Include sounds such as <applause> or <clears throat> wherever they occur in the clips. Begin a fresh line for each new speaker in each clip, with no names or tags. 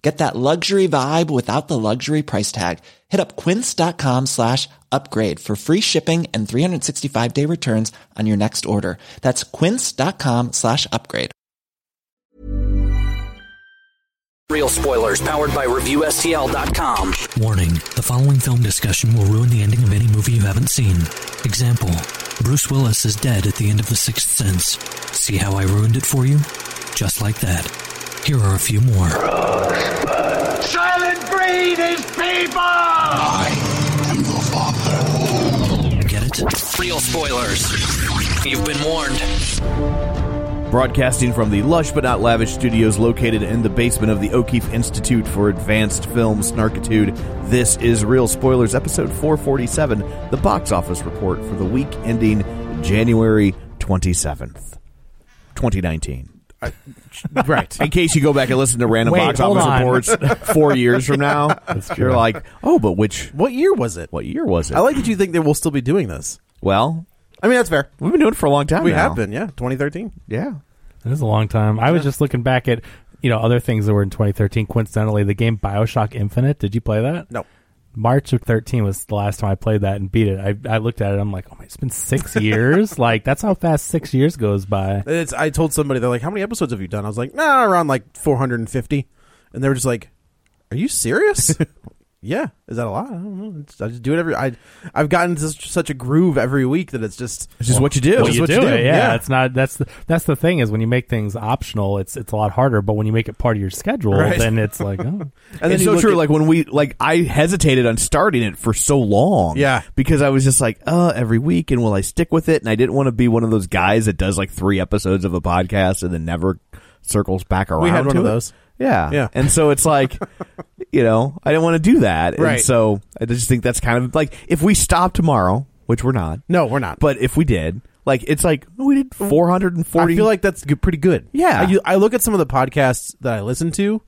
Get that luxury vibe without the luxury price tag. Hit up quince.com slash upgrade for free shipping and 365-day returns on your next order. That's quince.com slash upgrade.
Real spoilers powered by ReviewSTL.com.
Warning the following film discussion will ruin the ending of any movie you haven't seen. Example Bruce Willis is dead at the end of The Sixth Sense. See how I ruined it for you? Just like that. Here are a few more.
Silent breed is people!
I am the father.
Get it?
Real spoilers. You've been warned.
Broadcasting from the lush but not lavish studios located in the basement of the O'Keefe Institute for Advanced Film Snarkitude, this is Real Spoilers, episode 447, the box office report for the week ending January 27th, 2019. <laughs>
Right.
In case you go back and listen to random
Wait,
box
hold
office
on. <laughs>
reports four years from now, you're like, oh, but which,
what year <clears throat> was it?
what year was it?
I like that you think that we'll still be doing this.
well,
I mean, that's fair.
we've been doing it for a long time
We
now.
have been, yeah. 2013.
Yeah.
It is a long time. I was just looking back at you know other things that were in 2013. Coincidentally, the game Bioshock Infinite. Did you play that?
No.
March of 13 was the last time I played that and beat it. I, I looked at it. I'm like, oh my, it's
<laughs>
been six years. like that's how fast six years goes by.
It's, I told somebody, they're like, how many episodes have you done? I was like, nah, around like 450. And they were just like, are you <laughs> serious? yeah. Is that a lot? I don't know. It's, I just do it every, I, I've gotten into such such a groove every week that it's just,
Which is what you do.
Well,
Well,
is
you
what
do,
you do.
it, yeah.
Yeah.
It's not that's the, that's the thing is when you make things optional, it's it's a lot harder. But when you make it part of your schedule,
Right.
then it's like,
<laughs>
oh,
and
it's
you
so
look
true.
at-
like when we like, I hesitated on starting it for so long.
Yeah.
because I was just like, uh, every week, and will I stick with it? And I didn't want to be one of those guys that does like three episodes of a podcast and then never circles back around.
we had one
to
of
it.
those.
Yeah,
Yeah.
And so
<laughs>
it's like, you know, I didn't want to do that. And
Right.
so I just think that's kind of like if we stop tomorrow, which we're not,
No, we're not.
but if we did, like, it's like we did four hundred and forty.
I feel like that's good, pretty good.
Yeah.
I, you- I look at some of the podcasts that I listen to,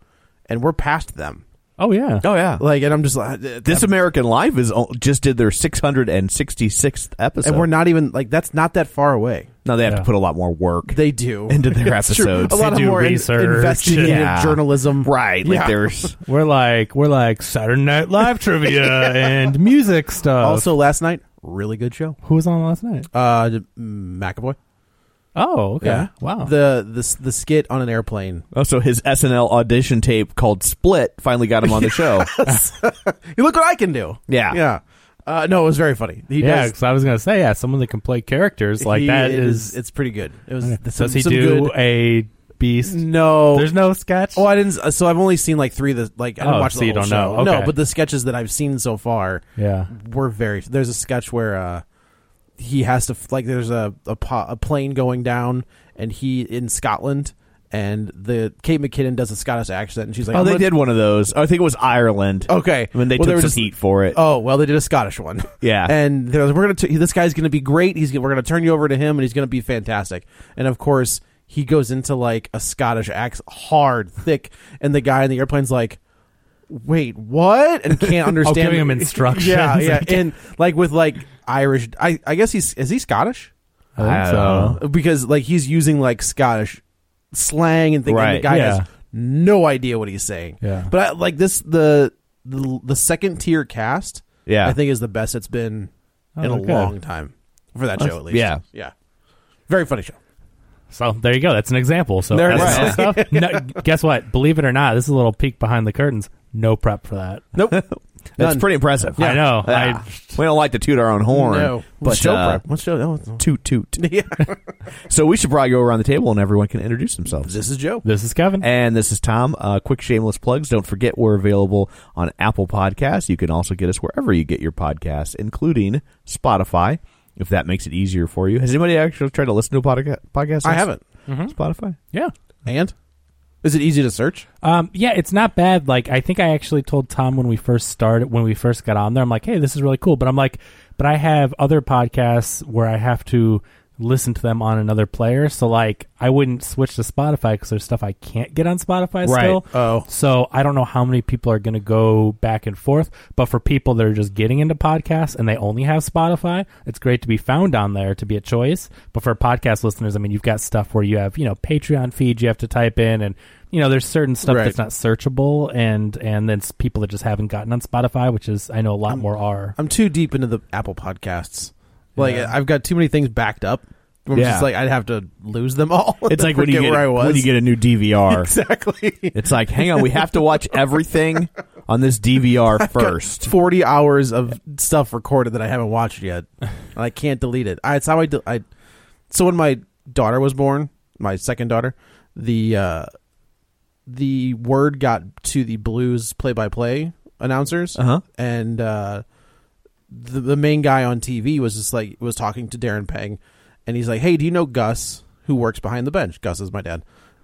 and we're past them.
oh yeah,
oh yeah.
Like, and I'm just uh, like,
this American Life is o- just did their 666th episode,
and we're not even like that's not that far away.
No, they have to
Yeah.
put a lot more work
They do
<laughs> into
<laughs>
their
It's true.
episodes.
A lot
They
of
do
more in-
research.
investigative
Yeah.
journalism,
<laughs> right? Like
Yeah.
there's
we're like we're like Saturday Night Live trivia
<laughs>
and music stuff.
Also, last night, really good show.
who was on last night?
Uh, d- McAvoy.
Oh, okay, wow.
The the s- the skit on an airplane.
also oh, his SNL audition tape called Split finally got him on
<laughs>
the show.
You look what I can do.
Yeah.
yeah. Uh, no, it was very funny. He
yeah,
does.
because I was gonna say, yeah, someone that can play characters like
he
that
is
is.
it's pretty good. It was
does
some-
he
some
do
good-
a beast?
no,
There's no sketch.
Oh, I didn't. uh, So I've only seen like three of the like. I didn't
Oh,
watch
so
the
you
whole
don't
show.
know.
No,
Okay.
but the sketches that I've seen so far
yeah,
were very. There's a sketch where uh, he has to f- like. There's a a, po- a plane going down, and he in Scotland, and the Kate McKinnon does a Scottish accent, and she's like,
oh,
"I'm
they
gonna-
did one of those. I think it was Ireland.
Okay,
when they
Oh. Well,
took
were
some
just-
heat for it.
Oh well, they did a Scottish one.
Yeah.
and they're like, we're gonna t- this guy's gonna be great. He's we're gonna turn you over to him, and he's gonna be fantastic. And of course, he goes into like a Scottish accent, hard, thick, and the guy in the airplane's like. Wait, what? And can't understand.
giving him instructions.
<laughs> yeah, yeah,
Like-
and like with like Irish. I, I guess he's is he Scottish
I think
I
so.
don't
because like he's using like Scottish slang and things. and
Right,
the guy
yeah.
has no idea what he's saying.
Yeah.
but I, like this the the, the second tier cast.
Yeah.
I think is the best it's been in a
good.
long time for that show at least.
yeah.
Oh, yeah, very funny show.
So there you go. That's an example. So
There it
that's
is.
the stuff. No, guess what? Believe it or not, this is a little peek behind the curtains. No prep for that.
Nope,
<laughs> That's
None.
pretty impressive.
I know.
Ah,
I-
we don't like to toot our own horn.
No.
But
What's show
uh,
prep? What's show? Oh,
toot toot.
<laughs> yeah.
So we should probably go around the table and everyone can introduce themselves.
this is Joe.
This is Kevin.
And this is Tom. Uh, quick shameless plugs. Don't forget we're available on Apple Podcasts. You can also get us wherever you get your podcasts, including Spotify, if that makes it easier for you. Has anybody actually tried to listen to a podca- podcast?
I
on
haven't.
Spotify.
yeah.
And is it easy to search?
Um, yeah, it's not bad. Like, I think I actually told Tom when we first started, when we first got on there, I'm like, hey, this is really cool. But I'm like, but I have other podcasts where I have to listen to them on another player. So, like, I wouldn't switch to Spotify because there's stuff I can't get on Spotify
Right.
still.
Oh.
So, I don't know how many people are going to go back and forth. But for people that are just getting into podcasts and they only have Spotify, it's great to be found on there to be a choice. But for podcast listeners, I mean, you've got stuff where you have, you know, Patreon feed you have to type in and, you know, there's certain stuff
Right.
that's not searchable and and then s- people that just haven't gotten on spotify which is i know a lot more are
I'm too deep into the Apple podcasts. Like I've got too many things backed up. I'm
Yeah.
just like I'd have to lose them all. <laughs>
It's
I
<laughs> like when you
forget
get
where I was.
when you get a new <laughs>
<laughs>
DVR.
exactly
It's like, hang on, we have to watch everything <laughs> on this DVR first.
forty hours of stuff recorded that I haven't watched yet, and I can't delete it. I, it's how I do. I so when my daughter was born, my second daughter, the uh, the word got to the Blues play by play announcers,
Uh-huh.
and uh, the, the main guy on TV was just like was talking to Darren Pang, and he's like, "Hey, do you know Gus who works behind the bench? Gus is my dad."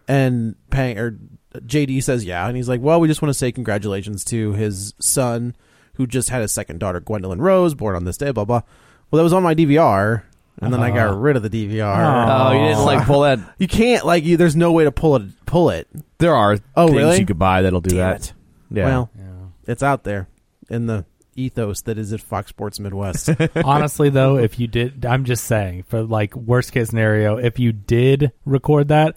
And Pang or JD says, "Yeah," and he's like, "Well, we just want to say congratulations to his son who just had his second daughter, Gwendolyn Rose, born on this day." Blah blah. Well, that was on my DVR, and then I got rid of the DVR.
Uh-huh. Oh, you didn't like pull that.
You can't like you. There's no way to pull it. Pull it.
There are
Oh,
things
really?
you could buy that'll do
Damn
that.
it.
Yeah.
Well, it's out there in the ethos that is at Fox Sports
<laughs>
Midwest.
honestly though if you did i'm just saying for like worst case scenario if you did record that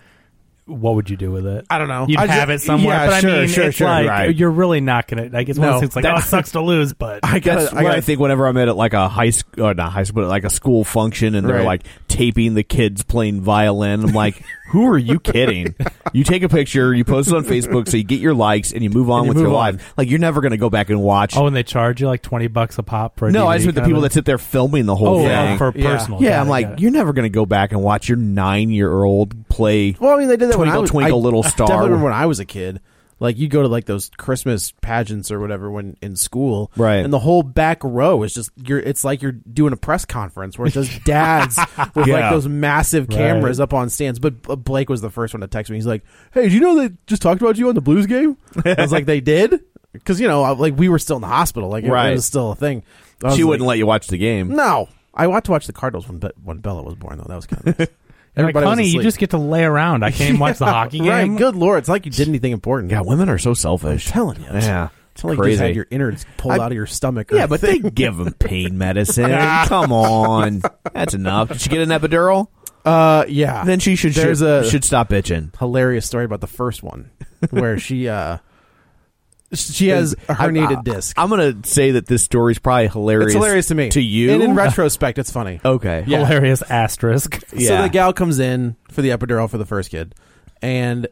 what would you do with it
I don't know.
you'd
I
have
ju-
it somewhere
yeah,
but
sure,
i mean
sure,
it's
sure,
like
right.
you're really not gonna i guess one of
No,
those things like oh it
that's-
sucks to lose but
I got.
That's
I
what I
got.
think whenever I'm at like a high school, or not high school, but like a school function, and they're
Right.
like taping the kids playing violin.
<laughs>
I'm like, who are you kidding? You take a picture, you post it on Facebook, so you get your likes, and you move on
And you
with
move
your
on.
life. Like you're never gonna go back and watch.
oh and they charge you like 20 bucks a pop for a
no,
DVD
I just meant the
kinda
people
thing?
that sit there filming the whole
oh
thing.
yeah, for
Yeah.
personal
yeah,
Got
I'm
it,
like,
got it.
you're never gonna go back and watch your nine year old play.
Well, I mean, they did that when I
Twinkle,
was
twinkle,
I,
little
I <laughs>
star.
definitely remember when I was a kid. Like you go to like those Christmas pageants or whatever when in school,
Right.
And the whole back row is just you're. It's like you're doing a press conference where it's
<laughs>
just dads with
Yeah.
like those massive cameras up on stands. But B- Blake was the first one to text me. He's like, "Hey, do you know they just talked about you on the Blues game?" I was like, "They
<laughs>
did," because you know, I, like we were still in the hospital. Like it,
Right.
it was still a thing. I was
she
like,
wouldn't let you watch the game.
No, I want to watch the Cardinals when Be- when Bella was born though. That was kind of nice.
You're like,
Everybody was
honey you
asleep."
just get to lay around
<laughs>
i can't even watch the hockey game
Right,
<laughs>
good lord, it's like you did anything important.
Yeah, women are so selfish.
I'm telling you.
Yeah.
It's not like you just had
Crazy.
your innards pulled
I-
out of your stomach. Or
Yeah, but
<laughs>
they give them pain medicine. Come on, that's enough. Did she get an epidural?
uh, yeah.
Then she should
There's
should,
a-
should stop bitching.
hilarious story about the first one where she uh
<laughs>
she has a herniated
I- I-
disc.
I'm gonna say that this story's probably hilarious.
it's hilarious to me.
To you,
and in retrospect, it's funny.
okay.
Yeah.
hilarious asterisk
Yeah.
So the gal comes in for the epidural for the first kid, and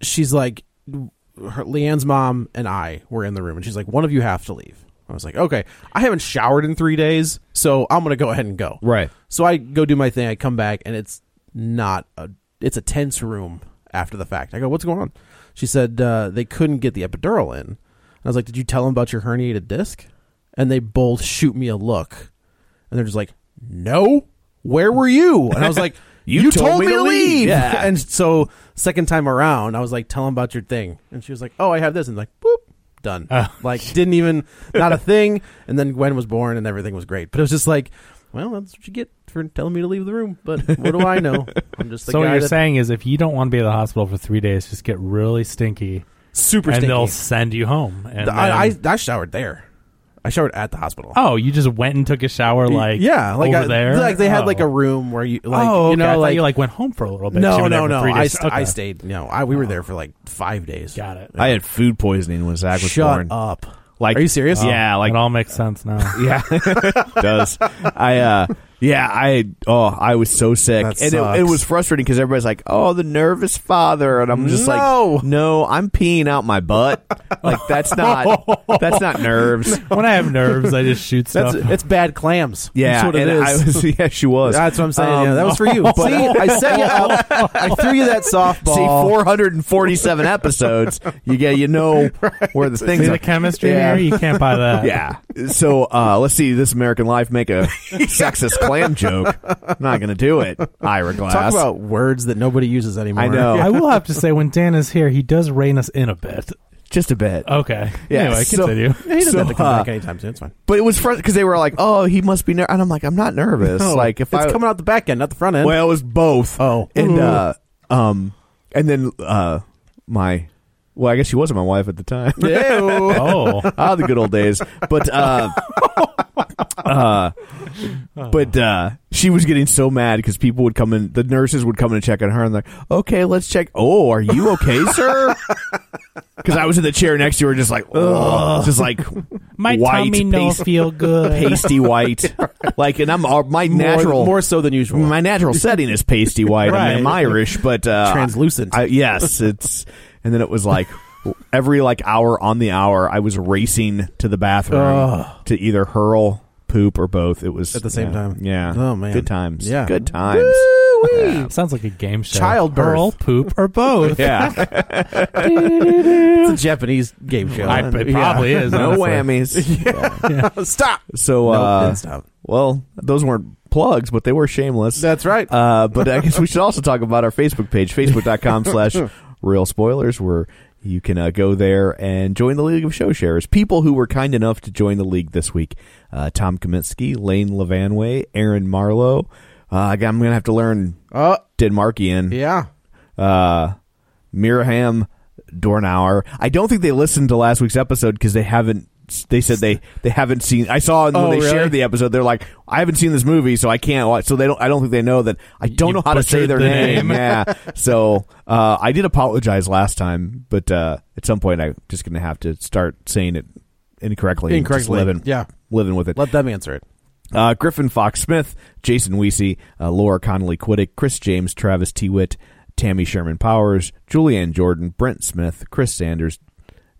she's like, her, Leanne's mom and I were in the room, and she's like, one of you have to leave. I was like, okay, I haven't showered in three days, so I'm gonna go ahead and go.
Right.
So I go do my thing. I come back, and it's not a, it's a tense room after the fact. I go, what's going on? She said uh, they couldn't get the epidural in. And I was like, did you tell them about your herniated disc? And they both shoot me a look, and they're just like, no. Where were you? And I was like,
<laughs> You told me to leave.
<laughs>
Yeah.
And so second time around, I was like, tell him about your thing. And she was like, oh, I have this. And like, boop, done.
Oh.
Like, didn't even, not
<laughs>
a thing. And then Gwen was born and everything was great. But it was just like, well, that's what you get for telling me to leave the room. But what do I know? I'm just <laughs> the
so
guy
what you're
that-
saying is if you don't want to be at the hospital for three days just get really stinky
super
and
stinky.
they'll send you home and
I, I,
then-
I showered there. I showered at the hospital.
oh you just went and took a shower like
yeah, like
over
I,
there
like they had like
Oh.
a room where you like
oh okay.
you
I
know
thought
like
you like went home for a little bit You
no
were there
no
for
no
three
I,
days.
st- I
Okay. Oh.
stayed no I we were there for like five days
got it
I had food poisoning when Zach was
shut
born.
up
Like,
Oh,
Are you serious?
Yeah, like
it all makes sense now
yeah, it does I uh Yeah, I oh, I was so sick,
That
and it,
sucks.
it was frustrating because everybody's like, "Oh, the nervous father," and I'm just
No.
like, "No, I'm peeing out my butt. like
<laughs>
that's not that's not nerves.
when I have nerves, I just shoot
<laughs>
stuff.
That's it's bad clams.
Yeah,
that's what it
and
is.
I was, <laughs> yeah, she was.
That's what I'm saying. yeah,
Um,
that was for you. See, I set you up. I threw you that softball.
<laughs> See, 447 episodes. You get, you
<laughs>
know where the things
See
are.
the chemistry
Yeah.
there? You can't buy
<laughs>
that.
Yeah. So uh, let's see this American Life
<laughs>
make a sexist clam joke. I'm not going to do it, Ira Glass.
<laughs> Talk about words that nobody uses anymore. <laughs>
I know.
<laughs> I will have to say, when Dan is here, he does rein us in a bit.
Just a bit.
Oh,
Okay.
Yeah,
<laughs> anyway,
so- <laughs>
continue.
He doesn't
So,
have to come
uh,
back anytime soon. It's fine.
But it was fun because they were like, oh, he must be nervous. And I'm like, I'm not nervous. like, if
Oh, it's
I.
coming out the back end, not the front end.
Well, it was both.
Oh.
and uh, um, and then uh, my, well, I guess she wasn't my wife at the time.
Oh.
<laughs> ah, the good old days. But uh, uh, but uh, she was getting so mad because people would come in, the nurses would come in and check on her, and they're like, "Okay, let's check. Oh, are you okay, sir?" Because I was in the chair next to her, just like, Ugh. just like
My
white,
tummy no
pasty,
<laughs> feel good.
<laughs> pasty white, like, and I'm uh, my
more,
natural
more so than usual.
<laughs>
<laughs>
my natural setting is pasty white. I mean, I'm
Right.
Irish, but uh,
Translucent.
I, yes, it's. And then it was like every like hour on the hour, I was racing to the bathroom to either hurl poop or both. It was
At the same
yeah,
time.
Yeah.
Oh, man.
Good times.
Yeah.
Good times. Yeah.
Sounds like a game show.
Childbirth.
Hurl, poop,
<laughs>
or both.
Yeah.
<laughs> it's a
<laughs>
Japanese game show.
I- it probably
<laughs>
is.
no
honestly.
<laughs> whammies.
Stop.
So
Nope,
uh,
didn't stop.
well, those weren't plugs, but they were shameless.
That's right.
Uh, but I guess we should also talk about our Facebook
<laughs>
page, facebook.com slash real spoilers, where you can uh, go there and join the League of Show Sharers. People who were kind enough to join the league this week uh, Tom Kaminsky, Lane Levanway, Aaron Marlowe. Uh, I got- I'm going to have to learn
Oh,
Denmarkian.
yeah.
Uh, Miraham Dornauer. I don't think they listened to last week's episode because they haven't. They said they, they haven't seen. I saw when
Oh,
they
really?
shared the episode. They're like, I haven't seen this movie, so I can't watch. So they don't. I don't think they know that. I don't
You
know how to say
butchered
their
the
name. <laughs>
name.
yeah. So uh, I did apologize last time, but uh, at some point I'm just gonna have to start saying it incorrectly. and just
Incorrectly.
living,
Yeah.
living with it.
Let them answer it.
Uh, Griffin Fox Smith, Jason Weesey, uh, Laura Connolly Quiddick, Chris James, Travis Tewitt, Tammy Sherman Powers, Julianne Jordan, Brent Smith, Chris Sanders,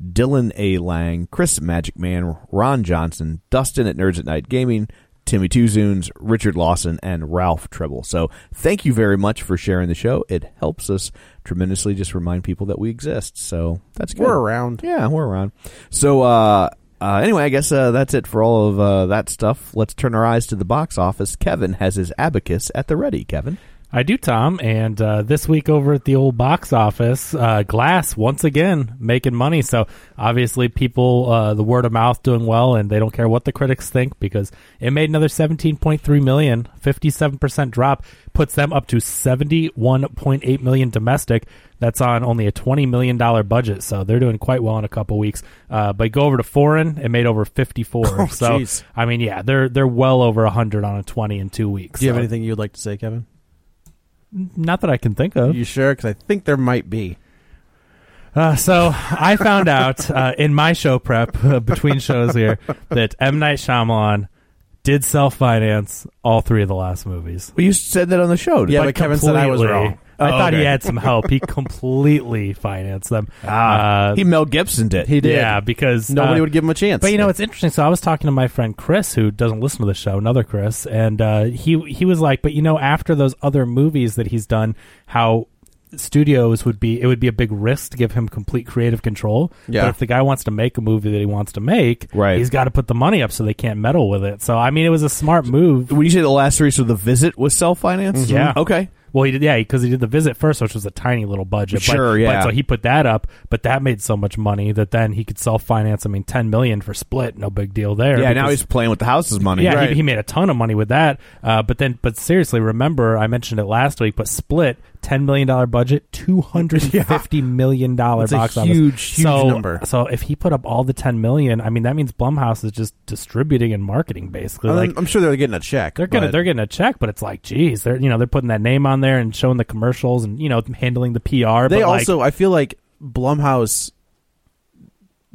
Dylan A. Lang, Chris Magic Man, Ron Johnson, Dustin at Nerds at Night Gaming, Timmy Two Zunes, Richard Lawson, and Ralph Treble. So thank you very much for sharing the show. It helps us tremendously. Just remind people that we exist. So that's good.
We're around.
Yeah, we're around. So uh, uh, anyway, I guess uh, that's it for all of uh, that stuff. Let's turn our eyes to the box office. Kevin has his abacus at the ready. Kevin,
I do, Tom. And uh, this week over at the old box office, uh, Glass once again making money. So obviously, people, uh, the word of mouth doing well, and they don't care what the critics think because it made another 17.3 million, 57% drop, puts them up to 71.8 million domestic. That's on only a $20 million budget. So they're doing quite well in a couple weeks. Uh, but go over to foreign, it made over 54.
<laughs>
so,
Oh, jeez.
I mean, yeah, they're, they're well over 100 on a 20 in two weeks.
Do you have
So-
anything you would like to say, Kevin?
Not that I can think of.
You sure? Because I think there might be.
Uh, so I found out uh, in my show prep <laughs> uh, between shows here that M Night Shyamalan did self finance all three of the last movies.
well, you said that on the show.
Yeah, but Kevin said I was
Completely.
wrong.
I
Oh,
thought he
okay.
had some help. He completely financed them.
Ah,
Uh,
he Mel Gibson did.
He did.
Yeah, because
Nobody
uh,
would give him a chance.
But you know, it's interesting. So I was talking to my friend Chris, who doesn't listen to the show, another Chris, and uh, he he was like, "But you know, after those other movies that he's done, how." studios would be it would be a big risk to give him complete creative control
Yeah.
but if the guy wants to make a movie that he wants to make
Right.
he's got to put the money up so they can't meddle with it so i mean it was a smart move
When you say the last three, so the visit was self financed.
Yeah.
Mm-hmm. Okay.
well he did yeah because he did the visit first which was a tiny little budget
Sure,
but,
yeah.
but so he put that up but that made so much money that then he could self-finance i mean 10 million for split no big deal there
Yeah. Now
because-
he's playing with the house's money.
Yeah, he, he made a ton of money with that. Uh, but then, but seriously, remember I mentioned it last week. But Split, ten million dollar budget, <laughs> two hundred fifty million dollar
That's a
box
huge,
office.
huge
so,
number.
So if he put up all the ten million, I mean that means Blumhouse is just distributing and marketing basically.
I'm,
like
I'm sure they're getting a check.
they're gonna
but-
they're getting a check, but it's like, geez, they're you know they're putting that name on there and showing the commercials and you know handling the PR.
They
but like-
also, I feel like Blumhouse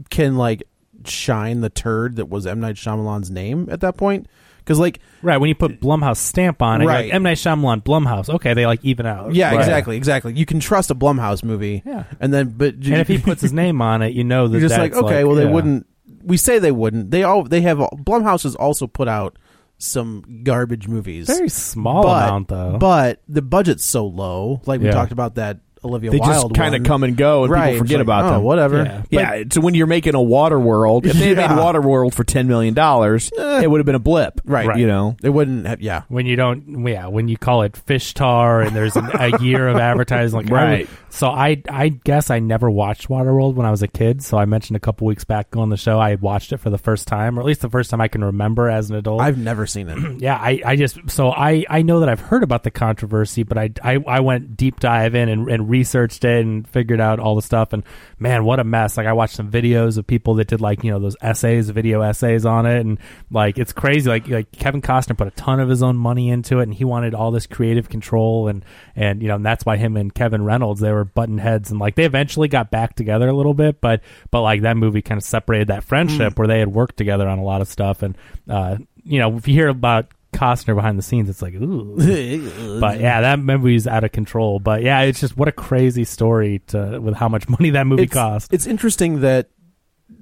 can like shine the turd that was M Night Shyamalan's name at that point because like
right when you put Blumhouse stamp on it, right?
Right.
Like, M Night Shyamalan, Blumhouse. Okay, they like even out.
yeah,
Right.
exactly, exactly. You can trust a Blumhouse movie,
Yeah.
and then but
And if he puts his name on it, you know that
you're just
that's
like okay, well they
yeah.
wouldn't. We say they wouldn't. They all they have all, Blumhouse has also put out some garbage movies.
Very small amount though.
But the budget's so low. Like we
Yeah.
talked about that Olivia.
They
Wilde
just kind of
one.
come and go, and
Right,
people forget
it's like,
about
oh,
them.
Whatever.
Yeah.
Yeah, it's when you're making a water world. If they had
Yeah. Eh.
made water world for ten million dollars, it would have been a blip,
Right.
You know,
It wouldn't have. Yeah.
when you don't yeah when you call it fish tar and there's an, a
<laughs>
year of advertising like I would-
Right.
so i i guess i never watched waterworld when i was a kid so i mentioned a couple weeks back on the show i had watched it for the first time or at least the first time i can remember as an adult
I've never seen it.
yeah i i just so i i know that i've heard about the controversy but i i, I went deep dive in and, and researched it and figured out all the stuff and man what a mess like i watched some videos of people that did like you know those essays video essays on it and like it's crazy like like kevin costner put a ton of his own money into it and he wanted all this creative control and and you know and that's why him and kevin reynolds they were button heads and like they eventually got back together a little bit but but like that movie kind of separated that friendship where they had worked together on a lot of stuff and uh you know, if you hear about Costner behind the scenes, it's
<laughs>
like, ooh. but yeah, that movie's out of control. But yeah, it's just what a crazy story to with how much money that movie
it's,
cost.
It's interesting that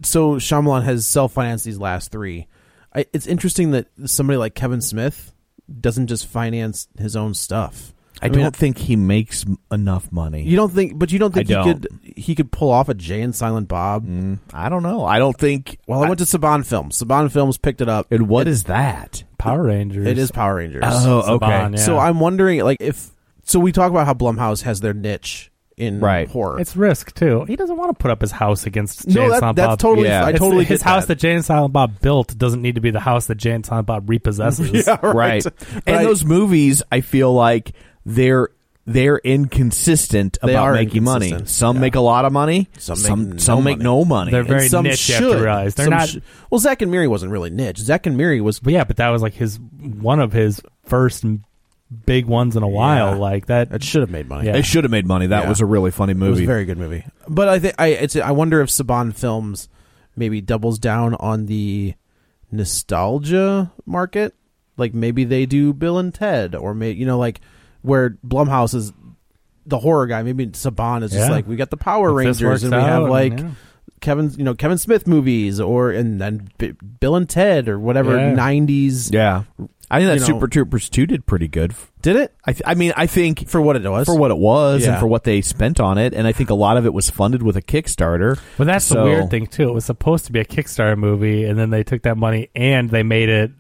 so Shyamalan has self financed these last three. I, it's interesting that somebody like Kevin Smith doesn't just finance his own stuff.
I
mean,
don't think he makes m- enough money.
you don't think, but you don't think he
I don't. Mm,
could he could pull off a Jay and Silent Bob.
I don't know. I don't think.
Well, I, went to Saban Films. Saban Films picked it up.
And what is that?
Power Rangers.
It is Power Rangers.
Oh, okay.
Saban, yeah.
So I'm wondering, like, if so, we talk about how Blumhouse has their niche in
Right.
horror.
It's risk too. He doesn't want to put up his house against
No,
Jay and
that-
Silent
that's
Bob.
totally-
Yeah. I
It's-
totally
his
get
house
that.
Jay and Silent Bob built doesn't need to be the house that Jay and
<laughs>
Silent Bob repossesses.
right.
But
And
I-
those movies, I feel like they're they're inconsistent
They
about
are
making money.
inconsistent,
Some
yeah.
make a lot of money.
Some make
some,
no
some make
money.
no money.
They're very
and some
niche. You have
should.
to realize they're
Some
not.
sh- well, Zach and Miri wasn't really niche. Zach and Miri was
but yeah, but that was like his one of his first m- big ones in a while.
Yeah.
Like that.
It should have made money.
Yeah.
They should have made money. That
Yeah.
was a really funny
It was
movie.
a very good movie. But I think I it's I wonder if Saban Films maybe doubles down on the nostalgia market. Like maybe they do Bill and Ted or may you know like where Blumhouse is the horror guy. Maybe Saban is just
Yeah.
like we got the Power
If this
Rangers
works
and we have
out,
like
yeah.
Kevin you know Kevin Smith movies or and then B- Bill and Ted or whatever
Yeah.
90s
yeah. I think that
You know-
Super Troopers 2 did pretty good.
did it
I, th- I mean, I think
for what it was.
for what it was and
Yeah.
for what they spent on it, and I think a lot of it was funded with a Kickstarter.
But that's the
So-
weird thing too. It was supposed to be a Kickstarter movie, and then they took that money and they made it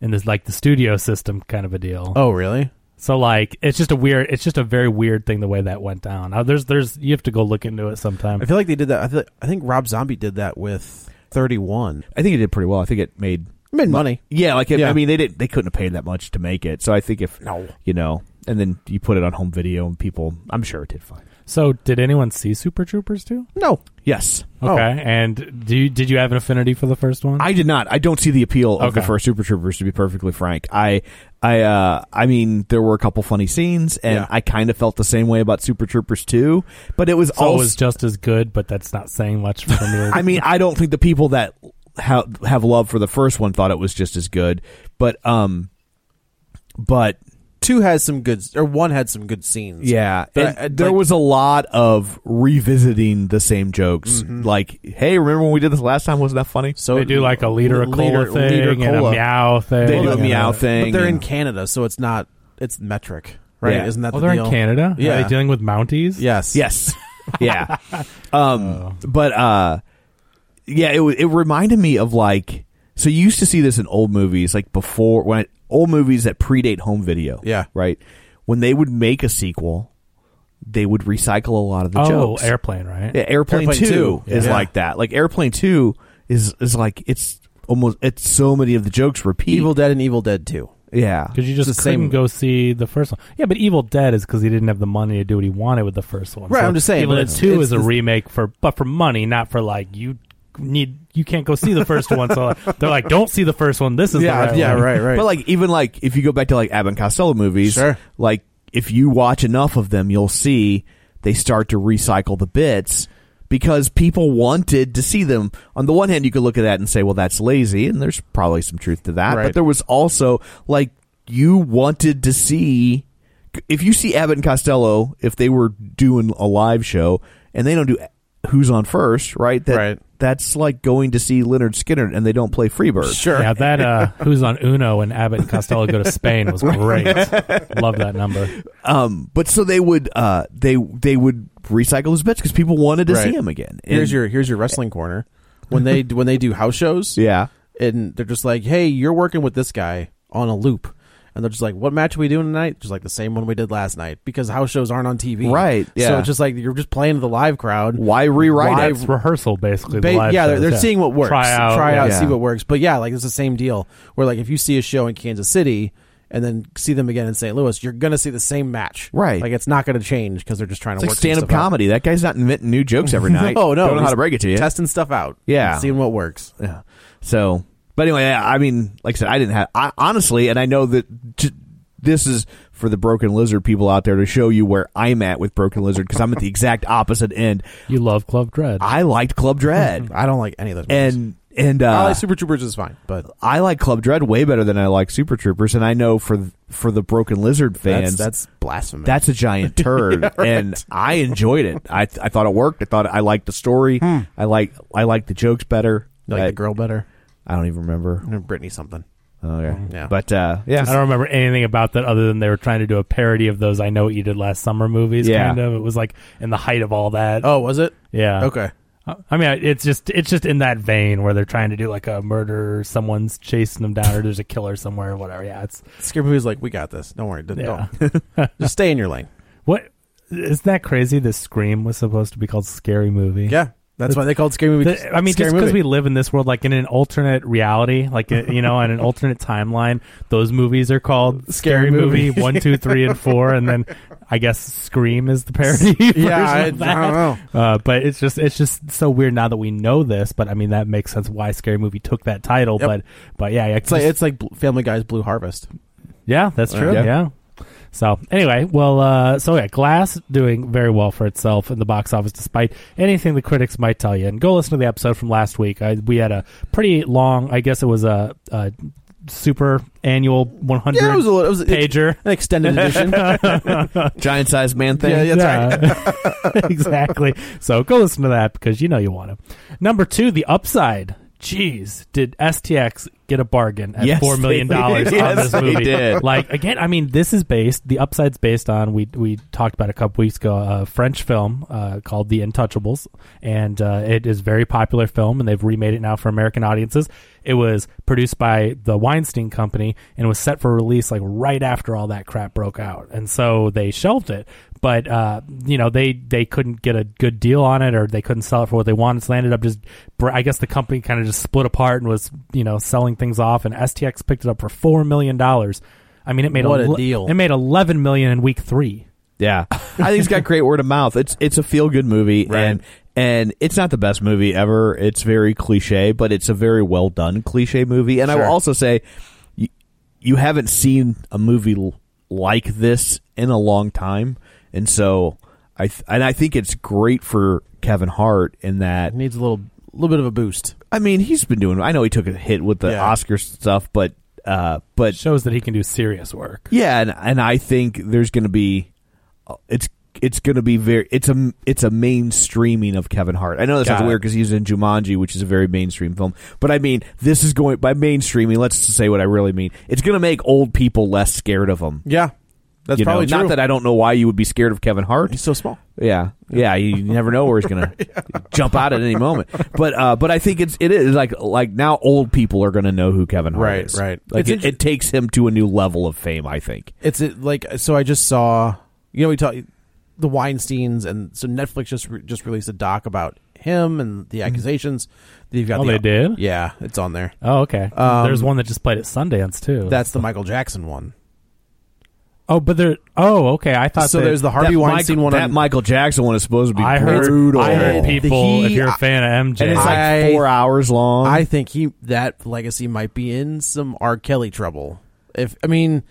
in this like the studio system kind of a deal.
Oh really?
So like it's just a weird, it's just a very weird thing the way that went down. Uh, there's there's you have to go look into it sometime.
I feel like they did that. I, feel, I think Rob Zombie did that with 31.
I think it did pretty well. I think it made
Made money.
Yeah, like it,
Yeah.
I mean, they didn't. They couldn't have paid that much to make it. So I think if
No.
you know, and then you put it on home video, and people, I'm sure it did fine.
So did anyone see Super Troopers too?
No.
Yes,
Okay, and do you, did you have an affinity for the first one?
Oh. I did not. I don't see the appeal of the
Okay.
first Super Troopers. To be perfectly frank, I, I, uh, I mean, there were a couple funny scenes, and
Yeah.
I kind of felt the same way about Super Troopers too. But it was
so it
also.
was just as good, but that's not saying much for me.
<laughs> I mean, I don't think the people that have have love for the first one thought it was just as good, but um, but
Two has some good, or one had some good scenes.
Yeah,
But
and
I- I-
there
like-
was a lot of revisiting the same jokes. Like, hey, remember when we did this last time? Wasn't that funny?
Mm-hmm. So
they do like a liter of cola
Leader-
thing
leader
and a
cola.
meow thing.
They do a
and
meow
But
thing.
they're in
and-
Canada, so it's not. It's metric, right?
Yeah.
Isn't that?
Oh,
the
they're
deal?
in Canada.
Yeah.
Are they dealing with Mounties?
Yes. <laughs>
yes, yeah, um,
Oh.
but uh, yeah, it wa- it reminded me of like so you used to see this in old movies, like before when old movies that predate home video.
Yeah.
right. When they would make a sequel, they would recycle a lot of the
oh,
jokes.
airplane, right?
Yeah, Airplane,
Airplane
2,
two.
is
Yeah.
like that. Like Airplane 2 is is like it's almost it's so many of the jokes repeat.
Evil Dead and Evil Dead Two.
yeah.
Because you just
It's the
couldn't
same-
go see the first one. Yeah, but Evil Dead is because he didn't have the money to do what he wanted with the first one.
Right, I'm just saying,
Evil
but
Dead
it's-
Two
it's
is a
the-
remake for, but for money, not for like you need. You can't go see the first one, so they're like, don't see the first one. This is the right one.
But like even like if you go back to like Abbott and Costello movies,
Sure.
like if you watch enough of them, you'll see they start to recycle the bits because people wanted to see them. On the one hand, you could look at that and say, well, that's lazy, and there's probably some truth to that.
Right.
But there was also, like, you wanted to see. If you see Abbott and Costello, if they were doing a live show and they don't do Who's on First, right? That,
Right.
That's like going to see Leonard Skinner and they don't play Freebird.
Sure.
Yeah, that uh, who's on Uno and Abbott and Costello go to Spain was great.
<laughs>
Love that number.
Um, but so they would, uh, they they would recycle his bits because people wanted to
Right.
see him again. And-
Here's your here's your wrestling corner. When they when they do house shows,
yeah.
and they're just like, "Hey, you're working with this guy on a loop," and they're just like, "What match are we doing tonight?" Just like the same one we did last night because house shows aren't on TV,
Right,
So
yeah.
it's just like you're just playing to the live crowd.
Why rewrite
Why-
it?
It's rehearsal basically. the
Ba-
live
yeah, they're,
shows,
they're
yeah.
seeing what works.
Try out.
try out,
yeah.
see what works. But yeah, like it's the same deal where like if you see a show in Kansas City and then see them again in St. Louis, you're gonna see the same match,
Right.
Like it's not gonna change because they're just trying
It's
to
like
work some
stand up
stuff out.
comedy. That guy's not inventing new
<laughs>
jokes every night.
No, no,
Don't know how
he's
to break it to you.
Testing stuff out,
Yeah.
seeing what works.
yeah. So, but anyway, I I mean, like I said, I didn't have, I, honestly, and I know that t- this is for the Broken Lizard people out there to show you where I'm at with Broken Lizard because I'm at the exact opposite end.
You love Club Dread.
I liked Club
<laughs>
Dread.
I don't like any of those. movies.
and, and,
I
uh,
like Super Troopers is fine, but
I like Club Dread way better than I like Super Troopers. And I know for, for the Broken Lizard
that's,
fans,
that's blasphemy.
That's
<laughs>
a giant turd, and I enjoyed it. I I thought it worked. I thought I liked the story. I like I liked the jokes better.
Hmm. You like
I,
the girl better.
I don't even remember.
Or Brittany something.
Okay,
Yeah.
but uh, yeah,
I don't remember anything about that other than they were trying to do a parody of those I Know What You Did Last Summer movies,
Yeah.
kind of. It was like in the height of all that.
Oh, was it?
yeah.
Okay.
I I mean, I- it's just it's just in that vein where they're trying to do like a murder, someone's chasing them down, or there's a killer somewhere, or whatever. Yeah, it's
Scary movie's like, we got this. Don't worry. Don't,
Yeah.
don't. <laughs> Just stay in your lane.
what isn't that crazy? The Scream was supposed to be called Scary Movie.
Yeah. That's why they called Scary Movie.
The- I mean,
scary
just because we
Movie.
live in this world, like in an alternate reality, like uh, you know, in an alternate timeline, those movies are called
Scary
Scary Movie
Movie.
<laughs> One, Two, Three, and Four, and then I guess Scream is the
<laughs>
parody. <laughs> version
Yeah, I, I don't
of that.
know.
Uh, but it's just it's just so weird now that we know this. But I mean, that makes sense why Scary Movie took that title.
Yep.
But but yeah, yeah,
It's like, it's like Bl- Family Guy's Blue Harvest.
yeah, that's true.
yeah.
yeah. So anyway, well, uh, so yeah, Glass doing very well for itself in the box office, despite anything the critics might tell you. And go listen to the episode from last week. I, we had a pretty long, I guess it was a, a super annual 100
Yeah, it was a little. It was it-
pager.
an extended <laughs> edition.
giant sized man thing.
right. <laughs> exactly. So go listen to that because you know you want to. Number two, the upside. Jeez, did STX get a bargain at
Yes,
four million dollars
they-
on
yes,
this
they
movie?
did.
<laughs> Like again, I mean, this is based. The upside's based on we we talked about a couple weeks ago a French film uh, called The Untouchables, and uh, it is a very popular film, and they've remade it now for American audiences. It was produced by the Weinstein Company and was set for release like right after all that crap broke out, and so they shelved it but uh, you know they they couldn't get a good deal on it or they couldn't sell it for what they wanted so they ended up just br- i guess the company kind of just split apart and was you know selling things off and stx picked it up for four million dollars i mean it made
What a
ele-
deal.
it made 11 million in week three
Yeah, <laughs> I think it's got great word of mouth. It's it's a feel good movie, and and it's not the best movie ever. It's very cliche, but it's a very well done cliche movie. And I will also say, you, you haven't seen a movie l- like this in a long time, and so I th- and I think it's great for Kevin Hart in that.
It needs a little, little bit of a boost.
I mean, he's been doing. I know he took a hit with the
Yeah.
Oscar stuff, but uh, but
shows that he can do serious work
yeah, and and I think there's going to be, uh, it's it's going to be very it's a it's a mainstreaming of Kevin Hart. I know that sounds
Got it.
weird because he's in Jumanji, which is a very mainstream film. But I mean, this is going by mainstreaming. Let's say what I really mean. It's going to make old people less scared of him.
Yeah, that's
you know?
probably true.
Not that I don't know why you would be scared of Kevin Hart.
He's so small.
Yeah,
<laughs>
yeah. You never know where he's gonna jump out at any moment. But uh, but I think it's it is like like now old people are gonna know who Kevin Hart
Right,
is.
right.
Like
It's
it,
inter-
it takes him to a new level of fame. I think.
It's it, like so. I just saw you know we talk the Weinstein's and so Netflix just re- just released a doc about him and the accusations. that You've got
Oh,
the,
they did?
Yeah, it's on there.
oh okay
Um,
there's one that just played at sundance too
That's the Michael Jackson one.
oh but there oh okay i thought
So
that-
there's the Harvey
that
Weinstein
Michael,
one.
That
on,
Michael Jackson one is supposed to be
I heard,
brutal.
I heard people.
The-
if you're a
he-
fan of MJ,
and it's like
I-
four hours long.
I think he that legacy might be in some R. Kelly trouble. If I mean,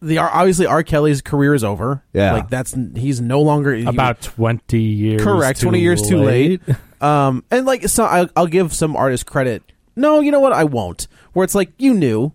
the obviously R. Kelly's career is over.
Yeah.
like that's he's no longer he
about twenty years.
correct
too
20 years too late
<laughs>
um and like so I'll, I'll give some artists credit no you know what i won't where it's like you knew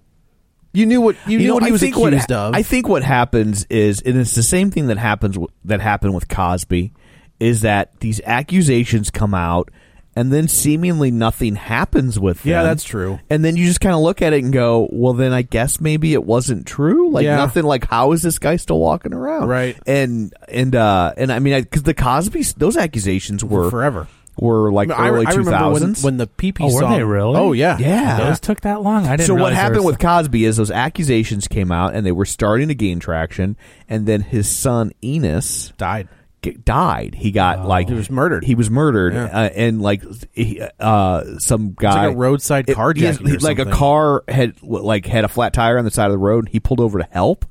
you knew what you, knew what he was
think
accused
what,
of
I think what happens is, and it's the same thing that happens w- that happened with Cosby, is that these accusations come out, and then seemingly nothing happens with them.
Yeah, that's true.
And then you just kind of look at it and go, "Well, then I guess maybe it wasn't true. Like
Yeah.
nothing. Like how is this guy still walking around?
Right.
And and uh and I mean, because the Cosby, those accusations were
forever
were like
I, mean, I-
early
I
two
remember when,
thousands.
when the pp
Oh, were
song
they really?
oh yeah
Yeah.
Those took that long. I didn't.
So what
realize there
happened
was-
with Cosby is those accusations came out and they were starting to gain traction, and then his son Enos
died
g- died. He got like he
was murdered.
He was murdered,
Yeah.
uh, and like he, uh, some guy
like a roadside
It-
carjacking
yes,
or
like a
something.
car had like had a flat tire on the side of the road. He pulled over to help.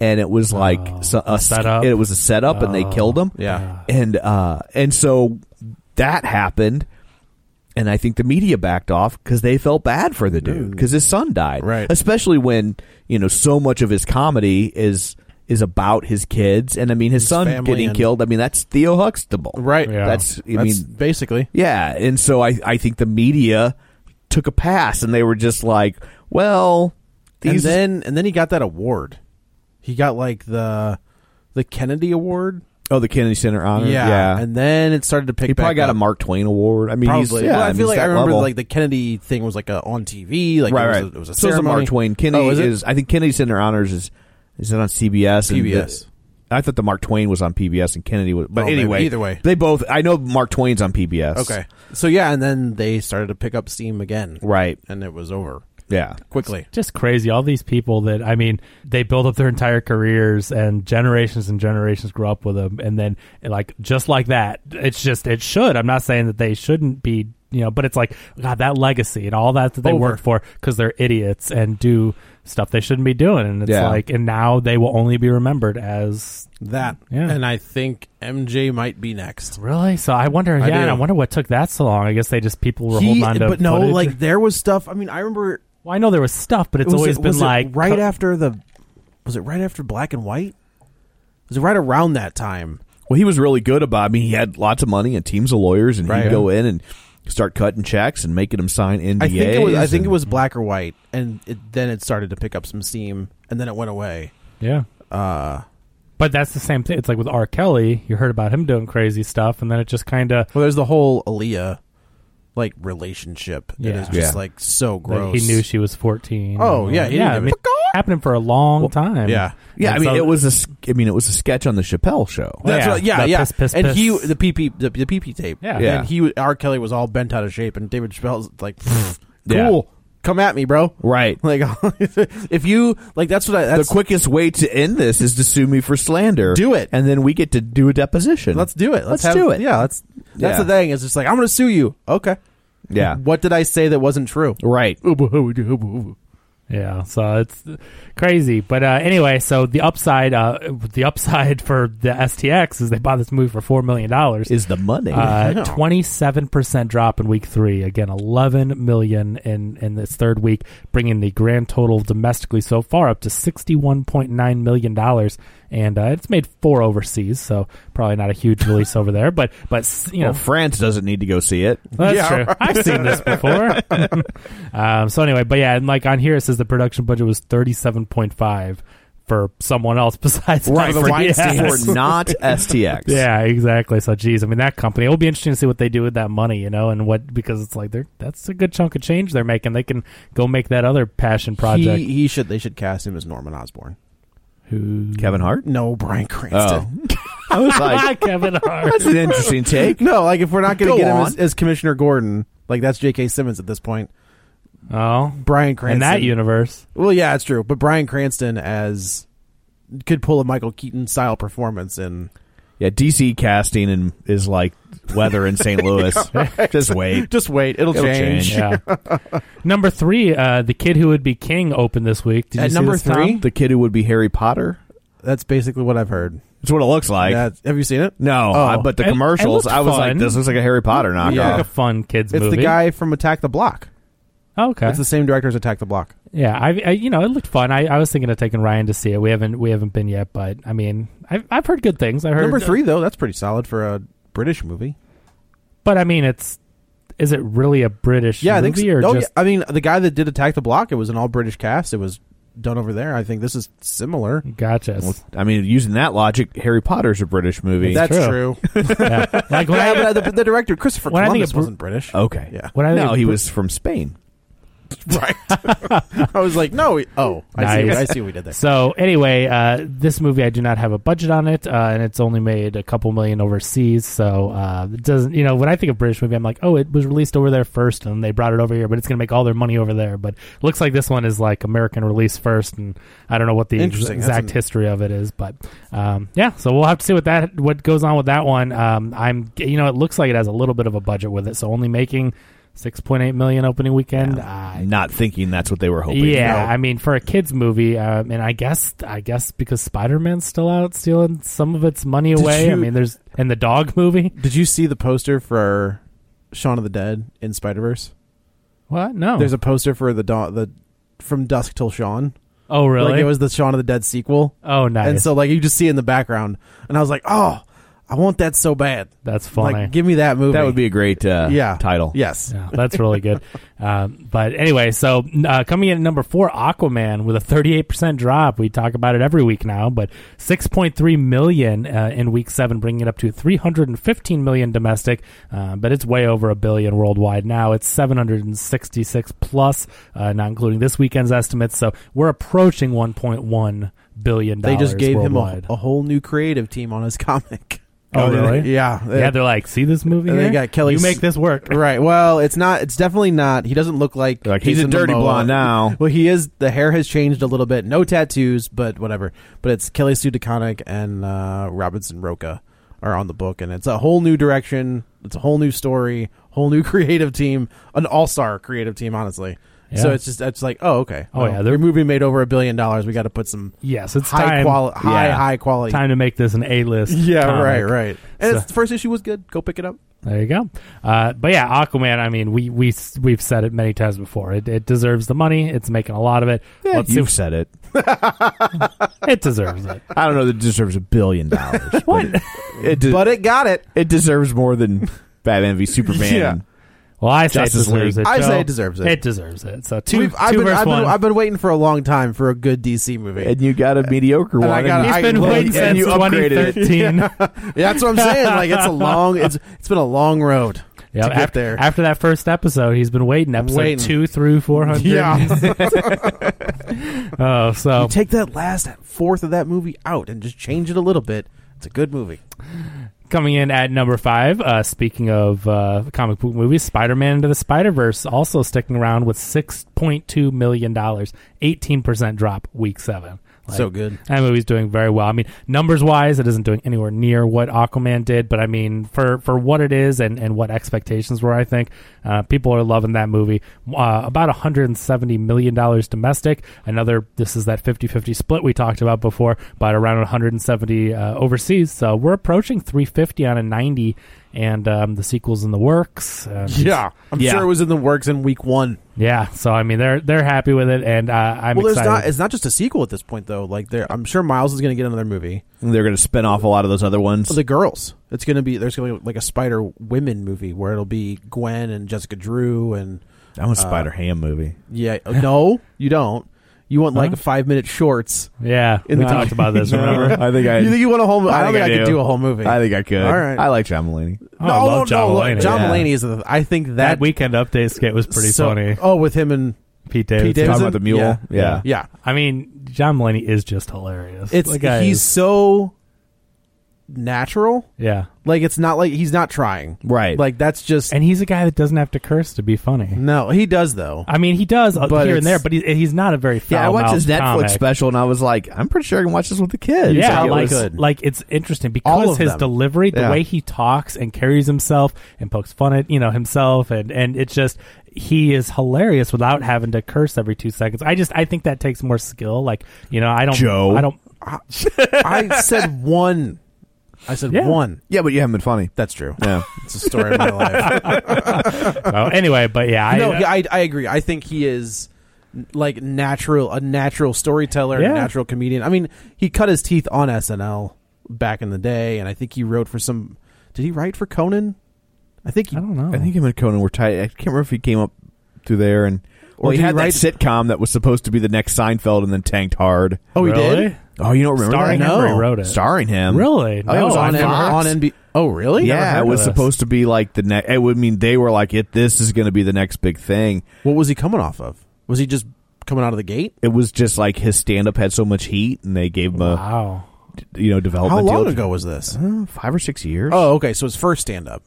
And it was like so- a sc-
setup.
It was a setup, and they killed him.
Oh. Yeah.
and uh, and so that happened, and I think the media backed off because they felt bad for the dude because his son died.
Right.
Especially when you know so much of his comedy is is about his kids, and I mean his, son
family
getting
and-
killed. I mean that's Theo Huxtable.
Right. Yeah.
That's I
that's
mean
basically
yeah, and so I I think the media took a pass, and they were just like, well,
and
these
then and then he got that award he got like the the kennedy award
oh the Kennedy Center
Uh,
honor
and then it started to pick
he probably
back
got
up.
a Mark Twain award. I mean, he's-
Probably.
yeah,
well, I,
mean,
feel
he's
like I
that
remember
level.
like the Kennedy thing was like a, on TV. Like
right,
it was,
right.
A, it was a
so is the
ceremony.
Mark Twain. Kennedy
Oh, is it?
is. I think Kennedy Center Honors is is it on CBS? and
PBS.
the- I thought the Mark Twain was on PBS and Kennedy was, but
Oh, maybe.
anyway,
Either way.
they both. I know Mark Twain's on PBS.
Okay. So yeah, and then they started to pick up steam again,
right,
and it was over
yeah,
quickly.
just crazy all these people that i mean they build up their entire careers and generations and generations grow up with them and then like just like that it's just it should i'm not saying that they shouldn't be you know but it's like god that legacy and all that that they
Over.
work for because they're idiots and do stuff they shouldn't be doing and it's
Yeah.
like and now they will only be remembered as
That.
Yeah.
And I think MJ might be next.
really so i wonder
I
yeah
do.
and i wonder what took that so long i guess they just people were
He-
holding on to
but no,
footage.
like there was stuff. I mean, I remember it
well, i know there was stuff but it's
was-
always
it-
been
was it
like
right
co-
after the. Was it right after Black and White? Was it right around that time?
Well, he was really good about. I mean, he had lots of money and teams of lawyers, and
Right.
he'd go in and start cutting checks and making him sign NDAs.
I think it was. I think
and-
it was Black or White, and it, then it started to pick up some steam, and then it went away.
Yeah. Uh, but that's the same thing. It's like with R. Kelly, you heard about him doing crazy stuff, and then it just kind of
Well, there's the whole Aaliyah like relationship. It
Yeah.
is just
Yeah.
like so gross.
he knew she was fourteen.
Oh, yeah, he didn't
yeah. I
give a
mean, happening for a long time.
yeah.
Yeah, I
And
mean,
so-
it was a. s- I mean, it was a sketch on the Chappelle show.
That's
Yeah,
right. Yeah,
the
yeah.
piss, piss,
and
piss.
he the PP the, the PP tape.
Yeah.
Yeah.
And he R. Kelly was all bent out of shape, and David Chappelle's <laughs> like, "Pfft,
Yeah.
cool, come at me, bro.
Right.
Like <laughs> if you like, that's what I.
the
That's,
quickest way to end this is to sue me for slander.
Do it.
and then we get to do a deposition.
Let's do it. Let's,
Let's
have,
do it.
Yeah. That's that's
Yeah.
the thing. It's just like I'm going to sue you. Okay.
Yeah.
What did I say that wasn't true?
Right.
Yeah, so it's crazy. But uh, anyway, so the upside, uh, the upside <laughs> for the STX is they bought this movie for four million dollars.
Is the money.
Uh, Twenty-seven percent drop in week three. Again, eleven million in in this third week, bringing the grand total domestically so far up to sixty-one point nine million dollars, and uh, it's made four overseas. So probably not
<laughs>
a huge release over there, but but you know
well, France doesn't need to go see it.
that's true. I've seen this before.
<laughs>
um, so anyway, but yeah, and like on here it says the production budget was thirty-seven point five for someone else besides
for,
Harvey Yes.
for <laughs> not STX.
Yeah, exactly. So, geez, I mean, that company. It'll be interesting to see what they do with that money, you know, and what because it's like they're that's a good chunk of change they're making. They can go make that other passion project.
He, he should. They should cast him as Norman Osborn.
Who?
Kevin Hart.
No, Brian <laughs> Cranston.
Oh. I was
<laughs>
like,
Kevin Hart.
that's an interesting take.
No, like if we're not going
Go
to get him
on.
as, as Commissioner Gordon, like that's J.K. Simmons at this point.
Oh,
Brian
in
Cranston. <laughs>
that universe.
Well, yeah, it's true. But Brian Cranston as could pull a Michael Keaton style performance in.
Yeah, DC casting and is like weather
<laughs>
in St. Louis. <laughs> Just wait.
Just wait, it'll,
It'll change.
Yeah. number three, uh, the kid who would be king opened this week. Did you
At
see
number
this, Tom?
three?
The kid who would be Harry Potter.
That's basically what I've heard.
That's what it looks like.
Yeah, have you seen it?
No,
Oh.
I- but the
It- it
commercials,
looked
I was like,
fun.
this looks like a Harry Potter knockoff.
Like a fun kids
It's
movie. Oh,
the guy from Attack the Block.
Okay.
It's the same director as Attack the Block.
Yeah, I, I you know it looked fun. I, I was thinking of taking Ryan to see it. We haven't we haven't been yet, but I mean I've I've heard good things. I heard
Number three though, that's pretty solid for a British movie.
but I mean it's is it really a British
Yeah, I
movie
think. So.
or
oh,
just
yeah. I mean, the guy that did Attack the Block, it was an all British cast. It was done over there. I think this is similar.
gotcha?
<laughs>
Well, I mean, using that logic, Harry Potter's a British movie.
That's
true.
true.
Yeah. Like <laughs>
<laughs>
when
yeah,
I,
but the, the director Christopher
When I think
Columbus
of Oh. Bru-
wasn't British.
okay.
Yeah.
when I
no,
think-
he was from Spain.
Right. <laughs> I was like, no. he- Oh, I see. What, I
<laughs>
Nice.
see what we did there.
So anyway, uh, this movie I do not have a budget on it, uh, and it's only made a couple million overseas. So uh, it doesn't, you know, when I think of British movie, I'm like, oh, it was released over there first, and they brought it over here, but it's gonna make all their money over there. But it looks like this one is like American release first, and I don't know what the ex-
Interesting. That's
exact
an-
history of it is, but um, yeah. So we'll have to see what that what goes on with that one. Um, I'm, you know, it looks like it has a little bit of a budget with it, so only making. 6.8 million opening weekend. I
Not thinking that's what they were hoping.
yeah,
No.
I mean, for a kids movie, um, and I guess, I guess because Spider Man's still out stealing some of its money away. I
you-
mean, there's and the dog movie.
Did you see the poster for Shaun of the Dead in Spider Verse?
What? No.
There's a poster for the dawn, the from dusk till Shaun.
oh, really?
Like it was the Shaun of the Dead sequel,
oh, nice.
and so like you just see it in the background, and I was like, oh, I want that so bad.
That's funny.
Like, give me that movie.
that would be a great uh,
yeah
title.
Yes.
Yeah, that's really good. um, but anyway, so uh, coming in at number four, Aquaman with a 38% drop. We talk about it every week now, but 6.3 million uh, in week seven, bringing it up to 315 million domestic. Uh, but it's way over a billion worldwide now. It's 766 plus, uh, not including this weekend's estimates. So we're approaching 1.1 billion
They
dollars.
just gave him a,
worldwide.
a whole new creative team on his <laughs> comic. <laughs>
Oh, really?
Yeah.
yeah, they're like, see this movie?
They
here?
got Kelly
You
S-
make this work.
<laughs> Right. Well, it's not. It's definitely not. He doesn't look like,
Like, he's a
Jason
dirty
Momoa.
blonde now.
<laughs> Well, he is. The hair has changed a little bit. No tattoos, but whatever. But it's Kelly Sue DeConnick and uh, Robinson Roca are on the book, and it's a whole new direction. It's a whole new story, whole new <laughs> creative team, an all-star creative team. Honestly, so
Yeah.
it's just it's like, oh okay,
Oh, yeah, they're-
their movie made over a billion dollars. We got to put some
Yes, it's
high
time.
quality, high
Yeah.
high quality.
Time to make this an A-list.
<laughs> yeah,
comic.
right, right. And
So-
it's, the first issue was good. Go pick it up.
There you go. Uh, but yeah, Aquaman. I mean, we we we've said it many times before. It, it deserves the money. It's making a lot of it.
Yeah,
Let's see
you've
if- <laughs>
said it.
it deserves it.
I don't know that it deserves a billion
<laughs>
dollars. what? It, it de-
But it got it.
it deserves more than Batman v Superman.
<laughs> Yeah.
Well, I say
Justice
it deserves
League.
it.
I
Joe.
say it deserves it.
It deserves it. So two,
We've-
two
I've, been,
versus
I've, been,
one.
I've been waiting for a long time for a good DC movie.
And you got a mediocre one.
I
and
got-
you-
He's
I-
been
well,
waiting
and
since
you upgraded it.
2013. <laughs> yeah,
<laughs> <laughs> Yeah, that's what I'm saying. Like it's a long, it's it's been a long
<laughs>
road to get
after,
there.
after that first episode, he's been waiting. Episode
Waiting.
two through four hundred. <laughs>
<laughs>
Oh, so
you take that last fourth of that movie out and just change it a little bit. It's a good movie.
Coming in at number five, uh, speaking of uh, comic book movies, Spider Man Into the Spider Verse also sticking around with $6.2 million, 18% drop week seven. Like,
So good.
That movie's doing very well. I mean, numbers wise, it isn't doing anywhere near what Aquaman did, but I mean, for, for what it is and, and what expectations were, I think uh, people are loving that movie. Uh, about $170 million domestic. Another, this is that 50 50 split we talked about before, but around 170 uh, overseas. So we're approaching 350 on a 90, and um, the sequel's in the works. Um,
I'm
Yeah.
sure it was in the works in week one.
Yeah. So, I mean, they're they're happy with it, and uh, I'm
well, there's
excited.
not. It's not just a sequel at this point though. Like there, I'm sure Miles is going to get another movie.
They're going to spin off a lot of those other ones.
The girls. It's going to be there's going to be like a Spider Women movie where it'll be Gwen and Jessica Drew and
I want a Spider Ham movie.
yeah. No, you don't. You want like a five minute shorts.
yeah.
in
we
the-
talked
<laughs>
about this, <laughs> remember?
I think I.
You think you want a whole? mo- I, don't think I,
do.
could do a whole movie.
I think I could.
All right.
I like John Mulaney.
Oh, I love John
look,
Mulaney.
John
Yeah.
Mulaney is. The, I think that,
that weekend update skit was pretty
so-
funny.
Oh, with him and Pete
Pete Davidson.
Davidson.
about the mule?
Yeah,
Yeah.
yeah.
I mean, John Mulaney is just hilarious.
It's
The guy
he's
is-
so natural.
yeah,
Like it's not like he's not trying.
Right.
Like that's just
and he's a guy that doesn't have to curse to be funny.
no. He does
<laughs>
though.
I mean, he does uh,
Mm. But
here and there,
it's-
but he, he's not a very
Yeah, I watched his
foul-mouthed
Netflix
comic.
special and I was like, I'm pretty sure I can watch this with the kids.
Yeah,
it
like,
was-
good.
like it's interesting
All
because
of
his
them.
delivery, the
Yeah.
way he talks and carries himself and pokes fun at you know himself, and and it's just he is hilarious without having to curse every two seconds. I just I think that takes more skill. Like you know, I don't
Joe.
I don't
I said one. I said
Yeah.
one.
Yeah, but you haven't been funny.
That's true.
Yeah.
It's a story of my life.
know. anyway, but yeah,
<laughs>
I,
no, yeah, I I agree. I think he is like natural a natural storyteller, and a
Yeah.
natural comedian. I mean, he cut his teeth on SNL back in the day, and I think he wrote for some. Did he write for Conan? I think he,
I don't know.
I think him and Conan were tight. I can't remember if he came up through there and.
Or
Well, he
did he
had that
write-
sitcom that was supposed to be the next Seinfeld and then tanked hard.
Oh, he
Really?
did.
Oh, you don't remember
Starring
that?
him or he wrote it?
Starring him.
Really?
Oh, it was
No,
on,
on,
I've
N-
Fox.
on NB. Oh, really?
yeah, it
of
was
this.
supposed to be like the next. It would mean they were like, "It this is going to be the next big thing."
What was he coming off of? Was he just coming out of the gate?
It was just like his stand up had so much heat, and they gave him a
Wow.
you know development.
How long
deal.
ago was this?
Uh, five or six years.
Oh, okay. So his first stand up.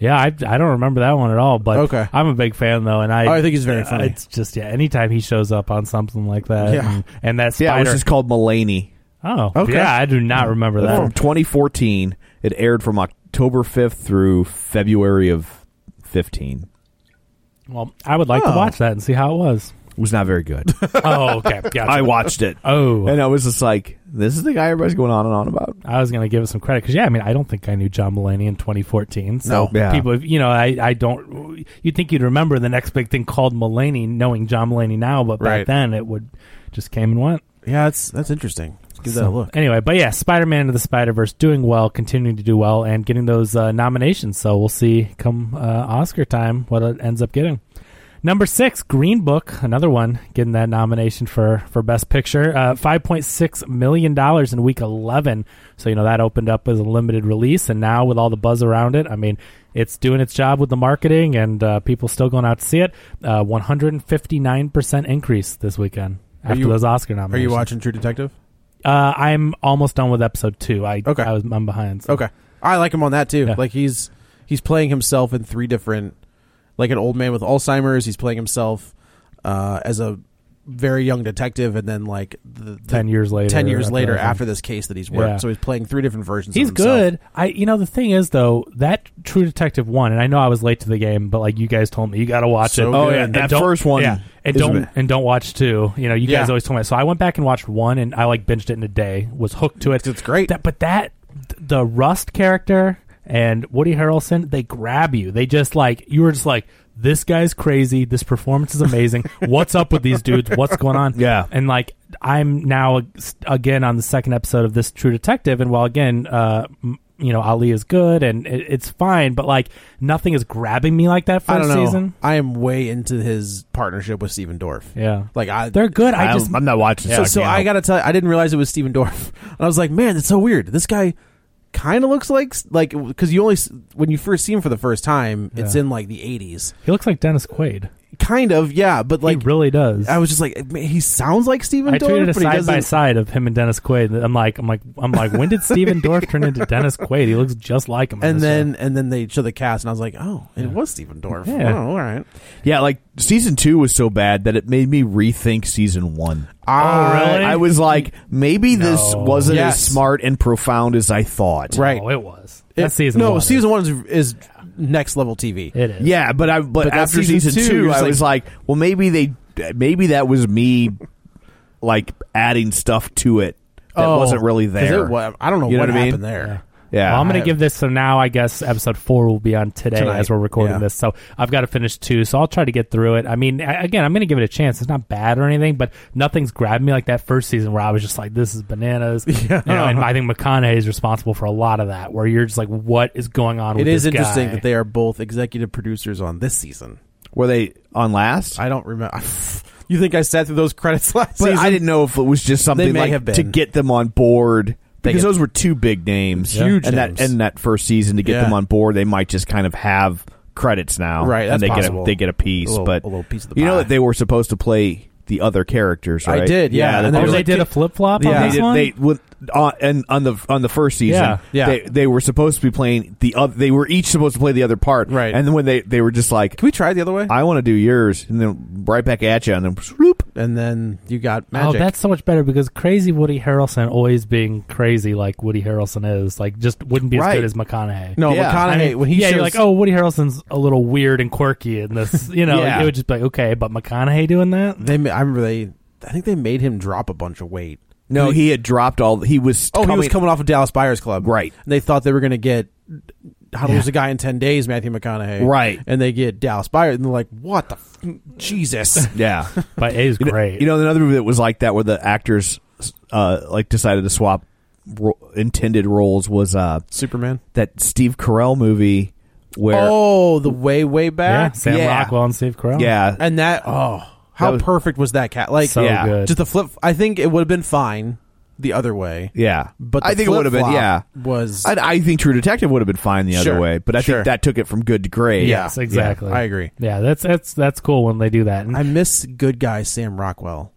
Yeah, I, I don't remember that one at all. But
Okay.
I'm a big fan though, and I
Oh, I think he's very
uh,
funny.
It's just yeah, anytime he shows up on something like that,
Yeah.
and, and that
yeah, it
spider.
was just called Mulaney
oh,
Okay. Mm. Oh.
yeah, I do not remember that.
from 2014. It aired from October 5th through February of 15.
Well, I would like
Oh.
to watch that and see how
<laughs>
it was.
It was not very good.
Oh, okay, gotcha.
I watched <laughs> it.
Oh.
and I was just like, "This is the guy everybody's going on and on about."
I was going to give it some credit because yeah, I mean, I don't think I knew John Mulaney in 2014. So
No. Yeah.
people, you know, I, I don't. You'd think you'd remember the next big thing called Mulaney, knowing John Mulaney now, but back
Right.
then it would just came and went.
Yeah, that's that's interesting. Let's give that a
So,
look.
Anyway, but yeah, Spider Man to the Spider Verse doing well, continuing to do well, and getting those uh, nominations. So we'll see come uh, Oscar time what it ends up getting. Number six, Green Book, another one getting that nomination for for Best Picture. Uh, Five point six million dollars in week eleven. So you know that opened up as a limited release, and now with all the buzz around it, I mean, it's doing its job with the marketing, and uh, people still going out to see it. Uh, One hundred and fifty nine percent increase this weekend after
you-
those Oscar
Are you
nominations.
watching True Detective?
Uh, I'm almost done with episode two. I
Okay.
I was I'm behind. so-
Okay, I like him on that too.
Yeah.
Like he's he's playing himself in three different, like an old man with Alzheimer's. He's playing himself uh, as a very young detective, and then like the, the
Ten years later.
ten years
after
later
everything.
after this case that he's worked.
Yeah.
So he's playing three different versions.
He's
of himself.
good. I you know the thing is though that True Detective one, and I know I was late to the game, but like you guys told me you got to watch
So
it.
Oh, good. yeah,
And
that
don't-
first one
Yeah, and
is-
don't and don't watch two. You know you
Yeah.
guys always told me. So I went back and watched one, and I like binged it in a day. Was hooked to it.
It's great.
That, but that the Rust character and Woody Harrelson, they grab you. They just like you were just like. This guy's crazy. This performance
<laughs>
is amazing. What's up with these dudes? What's going on?
Yeah.
and like I'm now again on the second episode of this True Detective, and while again, uh, m- you know Ali is good and it, it's fine, but like nothing is grabbing me like that first
I don't know.
season.
I am way into his partnership with Steven Dorff.
Yeah,
Like I,
they're good. I, just
I'm not watching.
so, so I gotta tell you, I didn't realize it was Steven Dorff, <laughs> and I was like, man, that's so weird. This guy kind of looks like like because you only s- when you first see him for the first time, it's in like the '80s,
he looks like Dennis Quaid.
kind of, yeah. But like,
he really does.
I was just like, man, he sounds like Steven
I
Dorff,
tweeted a
but he
side
doesn't.
by side of him and Dennis Quaid. I'm like, I'm like, I'm like, when did Steven Dorff turn into Dennis Quaid? He looks just like him. in
and
this
then
show.
and then they show the cast, and I was like, oh, it was Steven Dorff.
Yeah.
Oh, all right.
Yeah, like season two was so bad that it made me rethink season one.
Ah,
really?
I was like, maybe this
No.
wasn't as
Yes.
smart and profound as I thought.
right.
oh, it was that
It-
season.
No,
one is-
season one is, is next level TV.
It is.
Yeah, but I but,
But that's
after
season
season,
two,
two,
you're just
I
like-
was like, well, maybe they maybe that was me like adding stuff to it that
Oh,
wasn't really
'cause it
there.
wa- I don't know
You know
what
what I mean?
happened there.
yeah,
Well, I'm going
I-
to give this. So now I guess episode four will be on today
Tonight,
as we're recording
yeah.
this. So I've got to finish two. So I'll try to get through it. I mean, I, again, I'm going to give it a chance. It's not bad or anything, but nothing's grabbed me like that first season where I was just like, this
<laughs>
is bananas. Yeah. You know, and I think McConaughey is responsible for a lot of that, where you're just like, what is going on
It
with
is
this
interesting
guy?
that they are both executive producers on this season.
Were they on last?
I don't remember. <laughs> You think I sat through those credits <laughs> last
but
season?
I didn't know if it was just something
may
like
have been.
to get them on board
They
because
get-
those were two big names,
Huge
and that
names.
in that first season to get
Yeah.
them on board, they might just kind of have credits now,
Right, that's
and they
possible.
get a, they get a piece,
A little-
but
a little piece of the
you know
pie.
that they were supposed to play the other characters.
I
Right?
did, yeah, and
that
then
they
Oh,
it
were-
was
they
like,
did a
"Kid-
flip flop
Yeah,
on
they
this
did.
one?
They went on and on the on the first season.
Yeah.
Yeah.
They, they were supposed to be playing the other. They were each supposed to play the other part.
Right.
And then when they they were just like,
Can we try it the other way?
I want to do yours, and then right back at you, and then swoop.
and then you got
Oh,
magic.
that's so much better because crazy Woody Harrelson always being crazy like Woody Harrelson is, like just wouldn't be as
Right.
good as McConaughey.
no,
Yeah.
McConaughey
I mean,
when he
yeah,
shows,
you're like, oh, Woody Harrelson's a little weird and quirky in this. <laughs> You know,
Yeah.
it would just be like, okay, but McConaughey doing that?
they. ma- I remember they. I think they made him drop a bunch of weight.
No, he had dropped all. He was.
Oh, he was coming off of Dallas Buyers Club, <laughs>
Right.
And they thought they were going to get How to Lose a Guy in Ten Days, Matthew McConaughey,
Right.
And they get Dallas Buyer, and they're like, "What the f- Jesus?"
Yeah.
But it is
You know-
great.
You know, another movie that was like that, where the actors uh, like decided to swap ro- intended roles, was uh,
Superman.
that Steve Carell movie where
oh, the way way
yeah,
back,
Sam
yeah.
Rockwell and Steve Carell.
yeah,
and that oh, how
That was-
perfect was that cat? Like,
So
Yeah.
good.
just the flip. I think it would have been fine the other way,
yeah.
but the
I think it would have been
flip-flop
yeah.
was
I, I think True Detective would have been fine the other
Sure.
way, but I
Sure.
think that took it from good to great.
Yeah.
Yes, exactly.
I agree.
Yeah, that's that's that's cool when they do that. And
I miss good guy Sam Rockwell.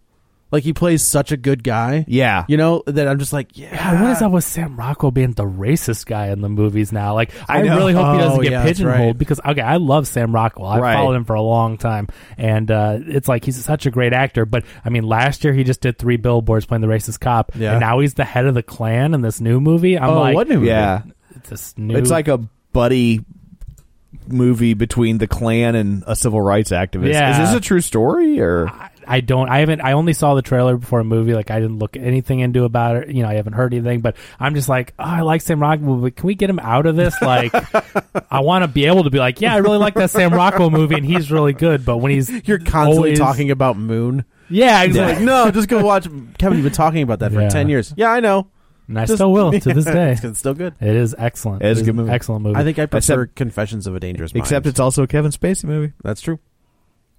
Like he plays such a good guy.
Yeah.
You know, that I'm just like, yeah.
God, what is up with Sam Rockwell being the racist guy in the movies now? Like, I,
know.
really hope he doesn't
Oh,
get
yeah, that's
pigeonholed
right.
because okay, I love Sam Rockwell. I've
Right.
followed him for a long time, and uh, it's like he's such a great actor. But I mean, last year he just did three billboards playing the racist cop,
Yeah.
and now he's the head of the Klan in this new movie. I'm
Oh,
like,
what new
Yeah.
It's this new.
It's like a buddy movie between the Klan and a civil rights activist.
Yeah.
Is this a true story or
I- I don't. I haven't. I only saw the trailer before a movie. Like I didn't look anything into about it. You know, I haven't heard anything. But I'm just like, oh, I like Sam Rockwell, but can we get him out of this? Like, I want to be able to be like, yeah, I really like that Sam Rockwell movie, and he's really good. But when he's
You're constantly
always-
talking about Moon.
yeah, exactly.
Like, no, just go watch. Kevin, you've been talking about that for
Yeah.
10 years. Yeah, I know.
And I still will to <laughs> this day.
<laughs> It's still good.
It is excellent.
It is a good
an
movie.
Excellent movie.
I think I prefer
Except-
Confessions of a Dangerous Mind.
except it's also a Kevin Spacey movie.
That's true.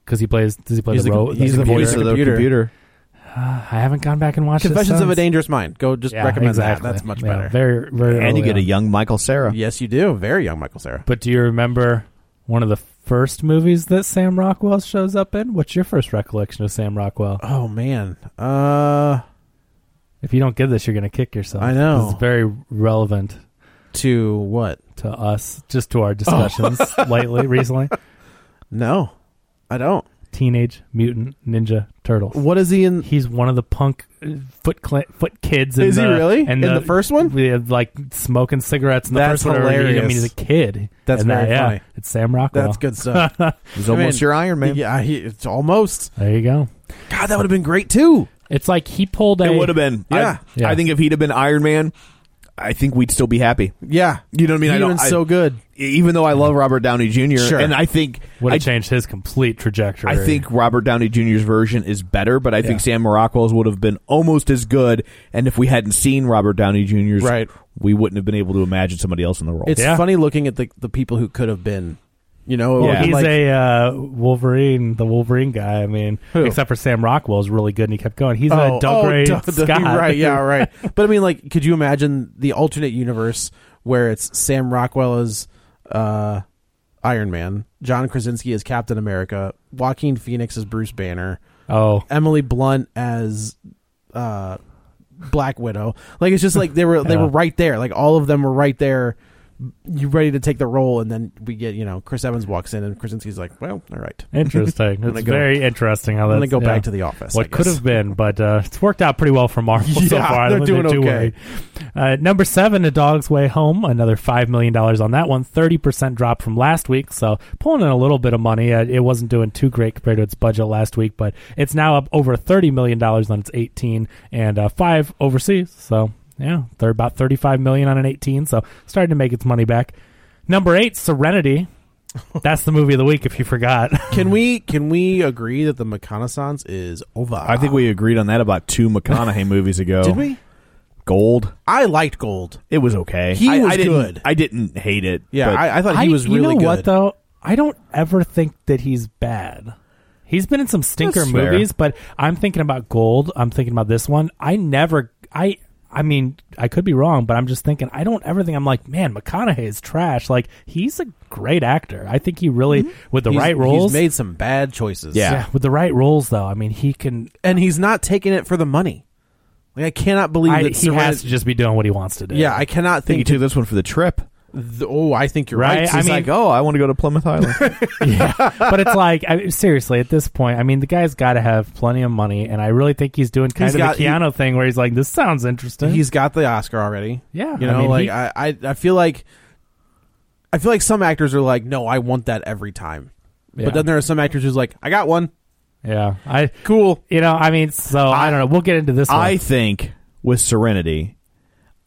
because he plays. Does he play
He's
the
the-
role?
he's the
computer?
voice of the computer.
<sighs> I haven't gone back and watched this
Confessions of a
since.
Dangerous Mind. Go just
Yeah,
recommend
exactly.
that. That's much
Yeah,
better.
Very, very.
And you
early
get a
on.
young Michael Sarah.
yes, you do. Very young Michael Sarah.
But do you remember one of the first movies that Sam Rockwell shows up in? What's your first recollection of Sam Rockwell?
Oh, man. Uh,
If you don't get this, you're going to kick yourself.
I know.
This is very relevant
To what?
to us, just to
<laughs>
our discussions <laughs> lately, recently.
No, I don't.
Teenage Mutant Ninja Turtles.
What is he in?
He's one of the punk uh, foot cl- foot kids. In
Is he
the-
really? In the first one?
Yeah, like smoking cigarettes in the
That's
first one. already. I mean,
hilarious.
he's a kid.
That's
And
very
yeah,
funny.
It's Sam Rockwell.
That's good <laughs> stuff.
He's almost
I mean,
your Iron Man.
Yeah, he, it's almost.
There you go.
God, that would have been great too.
It's like he pulled a.
It would have been. I-
Yeah.
Yeah.
I think if he'd have been Iron Man, I think we'd still be happy.
Yeah,
You know what I mean? I
He
don't-
would've been
I-
so good.
Even though I love Robert Downey Jr.
Sure.
and I think
would
I,
have changed his complete trajectory.
I think Robert Downey Jr.'s version is better, but I
Yeah.
think Sam Rockwell's would have been almost as good. And if we hadn't seen Robert Downey Jr.'s,
Right.
we wouldn't have been able to imagine somebody else in the role.
It's
Yeah.
funny looking at the the people who could have been. You know,
Well,
Yeah.
he's
like,
a uh, Wolverine, the Wolverine guy. I mean,
Who?
except for Sam Rockwell is really good, and he kept going. He's
oh,
a Doug
oh,
Ray
<laughs> Doug- Doug-
Scott,
right?
<laughs>
Yeah, right. but I mean, like, could you imagine the alternate universe where it's Sam Rockwell as uh, Iron Man, John Krasinski as Captain America, Joaquin Phoenix as Bruce Banner,
Oh,
Emily Blunt as uh, Black Widow. Like it's just like they were they
Yeah.
were right there. Like all of them were right there. You ready to take the role, and then we get you know Chris Evans walks in, and Krasinski's like, "Well, all right, <laughs>
interesting. it's
go-
very interesting how
I'm
that's.
gonna go
yeah.
back to the office." I
What
guess.
could have been, but uh, it's worked out pretty well for Marvel
<laughs>
so
Yeah,
far. I
they're
don't think
doing
too
okay.
worried. Uh, number seven, A Dog's Way Home, another five million dollars on that one. Thirty percent drop from last week, so pulling in a little bit of money. Uh, it wasn't doing too great compared to its budget last week, but it's now up over thirty million dollars on its eighteen and uh, five overseas. So yeah, they're about thirty-five million on an eighteen, so starting to make its money back. Number
<laughs>
eight, Serenity. That's the movie of the week. If you forgot,
Can we can we agree that the reconnaissance is over?
I think we agreed on that about two McConaughey movies ago.
did we.
Gold.
I liked Gold.
It was okay.
He
I,
was
I didn't,
good.
I didn't hate it.
Yeah,
but
I, I thought he was
you
really
know
good.
what though? I don't ever think that he's bad. He's been in some stinker
That's fair.
movies, but I'm thinking about Gold. I'm thinking about this one. I never. I. I mean, I could be wrong, but I'm just thinking. I don't ever think I'm like, man, McConaughey is trash. Like he's a great actor. I think he really with the
Mm-hmm. He's-
right roles.
He's made some bad choices.
yeah. with the right roles though. I mean, he can.
and he's not taking it for the money. Like I cannot believe
I,
that
he has to just be doing what he wants to do.
Yeah, I cannot
think you
think.
took this one for the trip.
th- oh, I think you're
Right?
right.
I
He's
mean-
like,
Like, oh, I want to go to
<laughs>
Plymouth Island.
but it's like I, seriously at this point. I mean, the guy's got to have plenty of money, and I really think he's doing kind
He's
of
got-
the
he-
Keanu thing where he's like, "This sounds interesting."
he's got the Oscar already.
uh-huh. Yeah,
you
I
know,
mean,
like
he-
I, I, I feel like, I feel like some actors are like, no, I want that every time.
Yeah.
But then there are some actors who's like, I got one,
yeah, I
cool.
you know I mean, so I, don't know. We'll get into this.
I
one.
think with Serenity,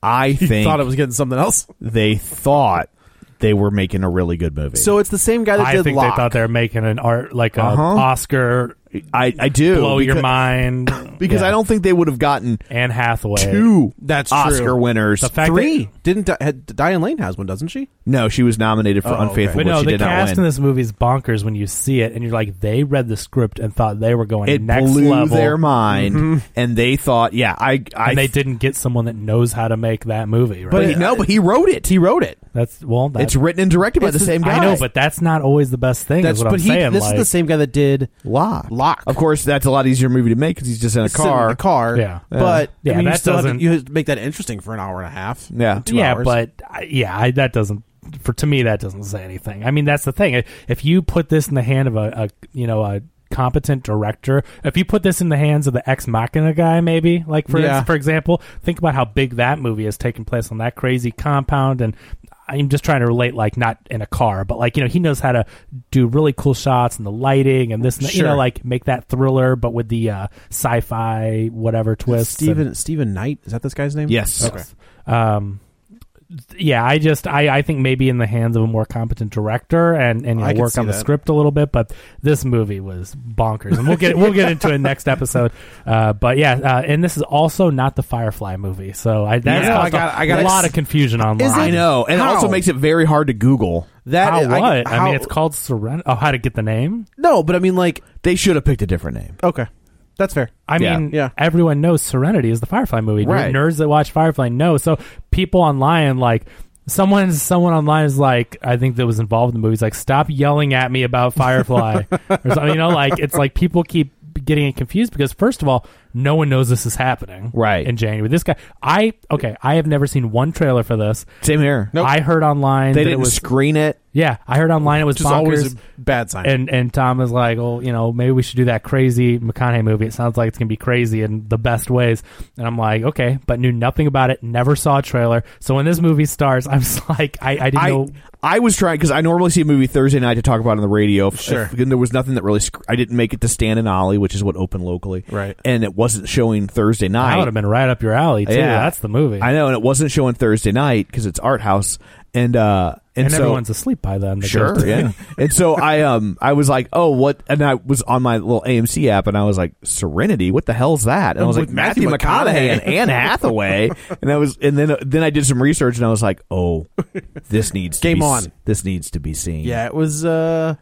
I
He <laughs>
think
<laughs>
thought it was getting something else.
they thought they were making a really good movie.
So it's the same guy that
I
did
think
Locke.
they thought they were making an art like a
Uh-huh.
Oscar
I, I do
blow
because,
your mind
<coughs> because
Yeah.
I don't think they would have gotten
Anne Hathaway
two
That's true.
Oscar winners.
The fact
three?
that-
Didn't Di- had, Diane Lane has one, doesn't she?
no, she was nominated for
Oh, okay.
Unfaithful,
But
but,
no,
she
the
did not
cast
win.
in this movie is bonkers when you see it, and you're like, they read the script and thought they were going
it
next
blew
level,
their mind,
Mm-hmm.
and they thought, yeah, I, I,
and they didn't get someone that knows how to make that movie. Right?
But he, no, but he wrote it.
He wrote it.
that's well, that's,
it's written and directed by
It's
the
the-
same guy.
I know, but that's not always the best thing.
That's
is what
but
I'm
he.
saying.
this
like,
is the same guy that did
Locke.
Locke.
Of course, that's a lot easier movie to make because he's just in a
Sit in
car.
the car.
Yeah.
But
Yeah,
I mean, you
that
still have to,
doesn't-
you have to make that interesting for an hour and a half.
Yeah.
two
yeah,
hours.
but I, yeah, I, that doesn't for to me that doesn't say anything. I mean, that's the thing. If you put this in the hand of a, a you know a competent director, if you put this in the hands of the Ex Machina guy, maybe like for
Yeah.
for example, think about how big that movie has taken place on that crazy compound and. I'm just trying to relate, like not in a car, but like you know, he knows how to do really cool shots and the lighting and this, and that, you know,
Sure.
like make that thriller, but with the uh, sci-fi whatever twist. and-
Stephen Stephen Knight is that this guy's name?
Yes.
Okay.
um yeah i just i i think maybe in the hands of a more competent director and and you
I
know,
can
work
see
on the
that.
script a little bit but this movie was bonkers and we'll get we'll get into it next
<laughs>
episode uh but yeah uh, and this is also not the firefly movie so i that's
Yeah,
caused
I got-
a,
I got-
lot of confusion online
I know, and
How?
it also makes it very hard to Google.
That
how
is-
what I,
how-
mean it's called Seren. oh how to get the name
no, but I mean like
They should have picked a different name.
okay, that's fair.
I
Yeah.
mean,
Yeah.
everyone knows Serenity is the Firefly movie. Ner-
Right.
Nerds that watch Firefly know. So people online, like someone, someone online is like, I think that was involved in the movie. Is like, stop yelling at me about Firefly, or something. You know, like it's like people keep getting it confused because first of all, no one knows this is happening.
Right.
in January, this guy, I okay, I have never seen one trailer for this.
Same here.
I heard online
they
that
didn't
it was
screen it.
yeah, I heard online it was
Which is always
bonkers.
a bad sign.
And and Tom is like, well, you know, maybe we should do that crazy McConaughey movie. It sounds like it's gonna be crazy in the best ways. And I'm like, okay, but knew nothing about it. Never saw a trailer. So when this movie starts, I'm just <laughs> like, I, I didn't
I
know.
I was trying because I normally see a movie Thursday night to talk about on the radio. If-
Sure.
if- and there was nothing that really. sc- I didn't make it to Stan and Ollie, which is what opened locally.
Right.
and it wasn't showing Thursday
I
night.
would have been right up your alley too. That's the movie.
I know, and it wasn't showing Thursday night because it's art house, and uh, and,
and
so,
everyone's asleep by then. that goes
sure,
to-
yeah. and so I um I was like, oh what, and I was on my little AMC app, and I was like, Serenity, what the hell's that? And I was
With
like, Matthew,
Matthew
McConaughey,
McConaughey.
and Anne Hathaway, and I was, and then then I did some research, and I was like, oh, this needs to
Game
be,
on.
this needs to be seen,
yeah, it was uh,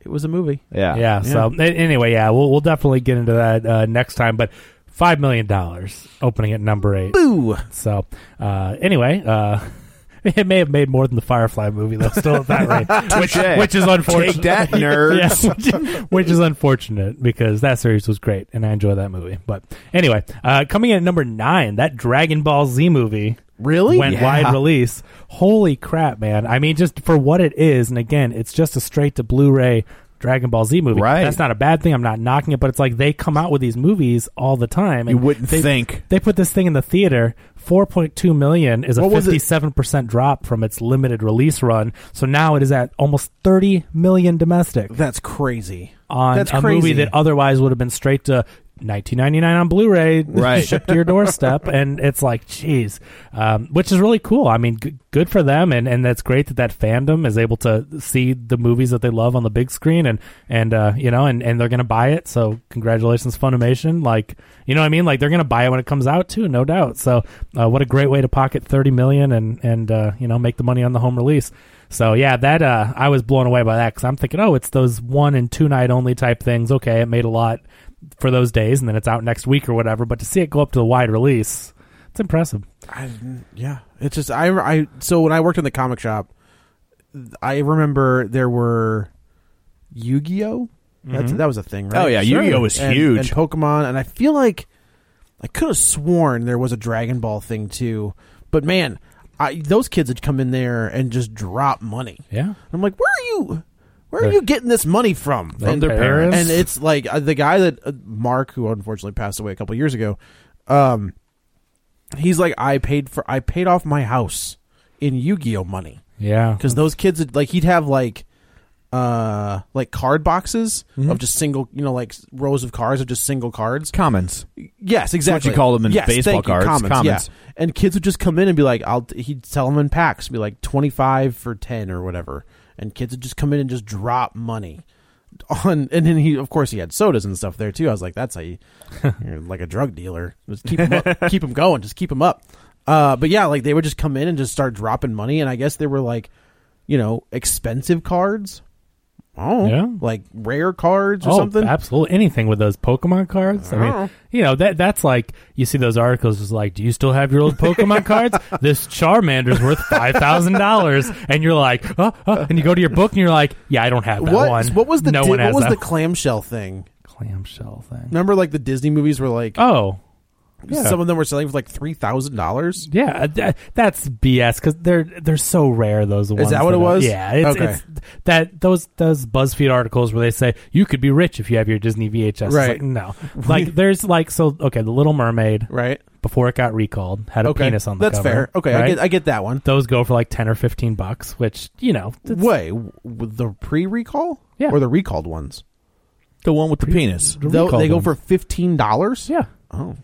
it was a movie.
yeah,
yeah. So a- anyway, yeah, we'll we'll definitely get into that uh, next time. But five million dollars opening at number eight.
Boo.
So uh, anyway, uh, <laughs> it may have made more than the Firefly movie though. Still at that rate, which,
Touche.
which is unfortunate.
Take that, nerds. <laughs>
Yeah, which, which is unfortunate because that series was great and I enjoy that movie. But anyway, uh, coming in at number nine, that Dragon Ball Z movie.
Really?
Went
Yeah.
wide release. Holy crap, man. I mean, just for what it is, and again, it's just a straight to Blu ray Dragon Ball Z movie.
Right.
That's not a bad thing. I'm not knocking it, but it's like they come out with these movies all the time.
You
and
wouldn't
they-
think.
they put this thing in the theater. Four point two million is a
What was it?
fifty-seven percent drop from its limited release run. So now it is at almost thirty million domestic
That's crazy.
on
That's
a
crazy.
movie that otherwise would have been straight to nineteen ninety-nine on Blu-ray,
Right.
<laughs> shipped to your doorstep. and it's like, geez, um, which is really cool. I mean, g- good for them, and and that's great that that fandom is able to see the movies that they love on the big screen, and and uh, you know, and and they're gonna buy it. So congratulations, Funimation. Like, you know what I mean? Like they're gonna buy it when it comes out too, no doubt. So uh, what a great way to pocket thirty million and and uh, you know make the money on the home release. So yeah, that uh, I was blown away by that because I'm thinking, oh, it's those one and two night only type things. Okay, it made a lot for those days, and then it's out next week or whatever. But to see it go up to the wide release, it's impressive.
I, yeah, it's just I, I so when I worked in the comic shop, I remember there were Yu-Gi-Oh. That's, that was a thing, right?
Oh, yeah, Yu-Gi-Oh! was
And-
huge.
and Pokemon, and I feel like I could have sworn there was a Dragon Ball thing too. But man, I, those kids would come in there and just drop money.
Yeah.
I'm like, where are you? Where are
Uh,
They-
you getting this money from? From
their parents.
And it's like uh, the guy that uh, Mark, who unfortunately passed away a couple years ago, um, he's like, I paid for, I paid off my house in Yu Gi Oh money
Yeah, Mm.
because those kids would, like he'd have like uh like card boxes
Mm-hmm.
of just single you know like s- rows of cards of just single cards
Commons.
yes exactly
you call them in
yes,
baseball
thank you,
cards,
commons,
commons.
yeah and kids would just come in and be like i'll he'd sell them in packs be like 25 for 10 or whatever and kids would just come in and just drop money on and then he of course he had sodas and stuff there too i was like that's how
<laughs>
you you're like a drug dealer just keep him up, keep him going just keep him up uh but yeah like they would just come in and just start dropping money and i guess they were like you know expensive cards oh
Yeah.
like rare cards or
oh,
something
absolutely anything with those Pokemon cards. I mean, you know that that's like you see those articles is like, do you still have your old Pokemon <laughs> cards? This Charmander's worth five thousand dollars, and you're like, oh, oh, and you go to your book and you're like, yeah, I don't have that
what
one.
what was the
no
di-
one has
what was
that
the clamshell thing
clamshell thing?
remember like the disney movies were like
Oh, yeah.
some of them were selling for like three thousand dollars
Yeah, that, that's BS because they're they're so rare. Those ones.
that what it
are-
was?
Yeah. It's,
Okay.
it's that those those BuzzFeed articles where they say you could be rich if you have your Disney VHS. It's
Right.
like, no.
<laughs>
Like there's like so okay. The Little Mermaid
right
before it got recalled had a
okay
penis on the
that's
cover.
fair okay
right?
i get i get that one
those go for like ten or fifteen bucks, which you know. it's-
Wait, w- the pre-recall
Yeah.
or the recalled ones?
The one with the penis.
the
Though
recalled
they go
ones.
for fifteen dollars.
yeah.
Oh,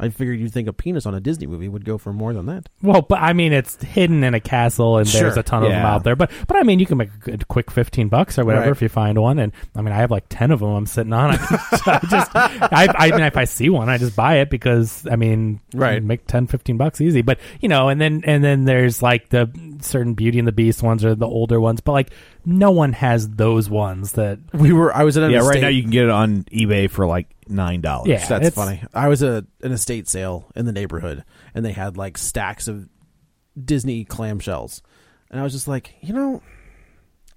I figured you'd think a penis on a Disney movie would go for more than that.
Well, but I mean, it's hidden in a castle, and
Sure,
there's a ton of them
yeah.
out there. But but I mean, you can make a good quick fifteen bucks or whatever
Right.
if you find one. And I mean, I have like ten of them I'm sitting on. <laughs> I, I just I, I mean, if I see one, I just buy it because I mean,
Right.
you make 10, 15 bucks easy. But you know, and then and then there's like the certain Beauty and the Beast ones or the older ones. But like, no one has those ones that.
We were. I was at an
Yeah,
estate.
right now you can get it on eBay for like nine dollars.
Yeah.
That's
it's-
funny. I was at an estate sale in the neighborhood, and they had like stacks of Disney clamshells, and I was just like, you know,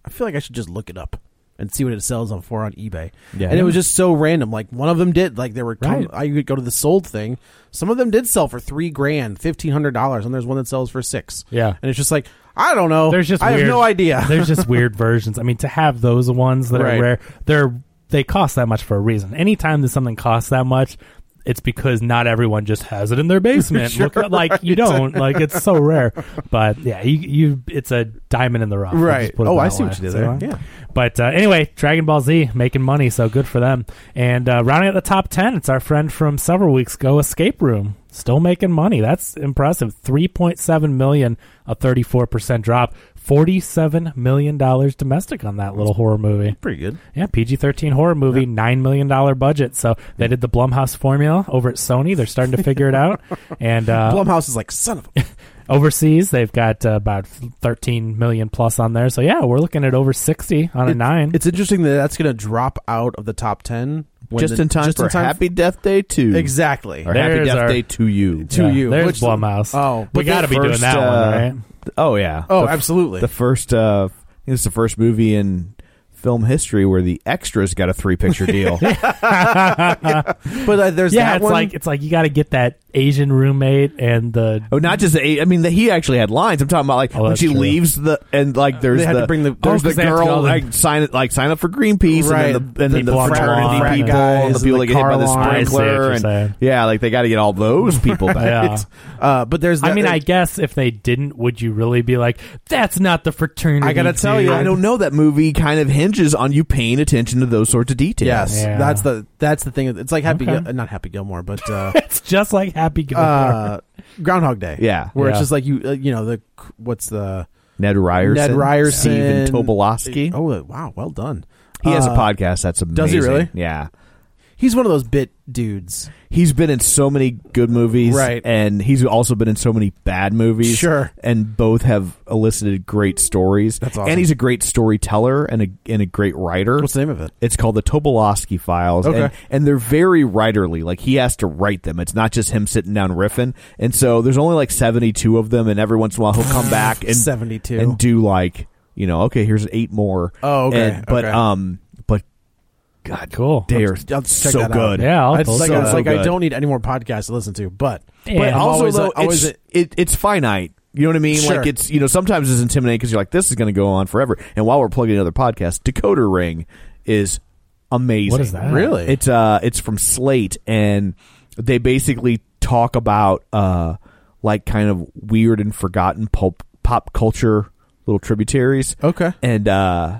I feel like I should just look it up and see what it sells on for on eBay.
Yeah.
And it was just so random. Like one of them did. Like there were.
Right.
I could go to the sold thing. Some of them did sell for three grand, fifteen hundred dollars, and there's one that sells for six.
Yeah.
And it's just like I don't know.
There's just
I
weird-
have no idea.
<laughs> there's just weird versions. I mean, to have those ones that
Right.
are rare, they're they cost that much for a reason. Anytime that something costs that much, it's because not everyone just has it in
<laughs>
their basement. Look at- like you don't like it's so rare. But yeah, you, you it's a diamond in the rough. Let's
Right.
just put it
Oh, I
that
see what
way.
you did
So,
there.
uh,
Yeah.
But uh, anyway, Dragon Ball Z making money, so good for them. And uh, rounding out the top ten, it's our friend from several weeks ago, Escape Room, still making money. That's impressive. Three point seven million, a thirty-four percent drop. Forty-seven million dollars domestic on that little horror movie.
<laughs> Pretty good.
Yeah, PG thirteen horror movie, nine million dollar budget. So they did the Blumhouse formula over at Sony. They're starting to figure it <laughs> out. And uh,
Blumhouse is like son of a.
overseas, they've got uh, about thirteen million plus on there. So yeah, we're looking at over sixty on a
It-
nine.
It's interesting that that's going to drop out of the top ten when
Just
the-
in time
just
for
in time
Happy Death Day two.
Exactly.
Or Happy
There's
Death
our-
Day to you.
To
Yeah,
you.
There's
Which-
Blumhouse.
Oh,
we
but
got to be doing
first,
that
uh,
one, right?
Oh yeah.
Oh,
The f-
absolutely.
The first. Uh, I think it's the first movie in film history where the extras got a three picture deal.
but uh, there's
Yeah,
that
it's
one.
like it's like you got to get that Asian roommate
<laughs>
and the
Oh, not just the. I mean, the, he actually had lines. I'm talking about like
Oh,
when
that's
she
true.
leaves the and like there's
They had
the
to bring the-
there's
Oh, 'cause
the
they have to go
girl
to the-
like sign it like sign up for Greenpeace
Right.
and then the, and then
People
the
on the
fraternity
lawn.
people
Guys
and the people that
and
get
the
hit by the
car
lines. I see what
sprinkler
you're
and
saying.
yeah, like they got to get all those people back.
yeah.
uh, but there's. That,
I mean, I guess if they didn't, would you really be like, "That's not the fraternity"?
I gotta tell you,
dude."
I don't know. That movie kind of hinges on you paying attention to those sorts of details.
Yes,
Yeah.
that's the that's the thing. It's like Happy,
Okay.
Gil- not Happy Gilmore, but
<laughs>
uh,
<laughs> It's just like Happy Gilmore. <laughs>
uh, Groundhog Day.
Yeah.
where it's
Yeah.
just like you, uh, you know, the what's the
Ned Ryerson,
Ned Ryerson,
Stephen Tobolowsky.
Oh, wow, well done.
he has a
Uh,
podcast that's amazing.
does he really?
Yeah.
He's one of those bit dudes.
he's been in so many good movies,
Right.
And he's also been in so many bad movies,
Sure.
And both have elicited great stories.
That's awesome.
And he's a great storyteller and a and a great writer.
What's the name of it?
It's called the Tobolowsky Files, and,
Okay.
and they're very writerly. Like he has to write them. It's not just him sitting down riffing. And so there's only like 72 of them, and every once in a while he'll
<sighs>
come back and
72.
and do like you know, okay, here's eight more.
Oh, okay,
And- but
okay.
um, but God,
Cool.
they are
I'll check
so
that out.
good.
Yeah, I'll
it's
totally
like,
check
it's
that
like
out.
I don't need any more podcasts to listen to, but
Yeah.
But
I'm
also,
always,
though,
uh, always-
it's, it, it's finite. You know what I mean?
Sure.
Like it's you know sometimes it's intimidating because you're like this is going to go on forever. And while we're plugging another podcast, Decoder Ring is amazing.
What is that?
Really?
It's uh it's from Slate and they basically talk about uh like kind of weird and forgotten pulp pop culture little tributaries.
Okay.
And uh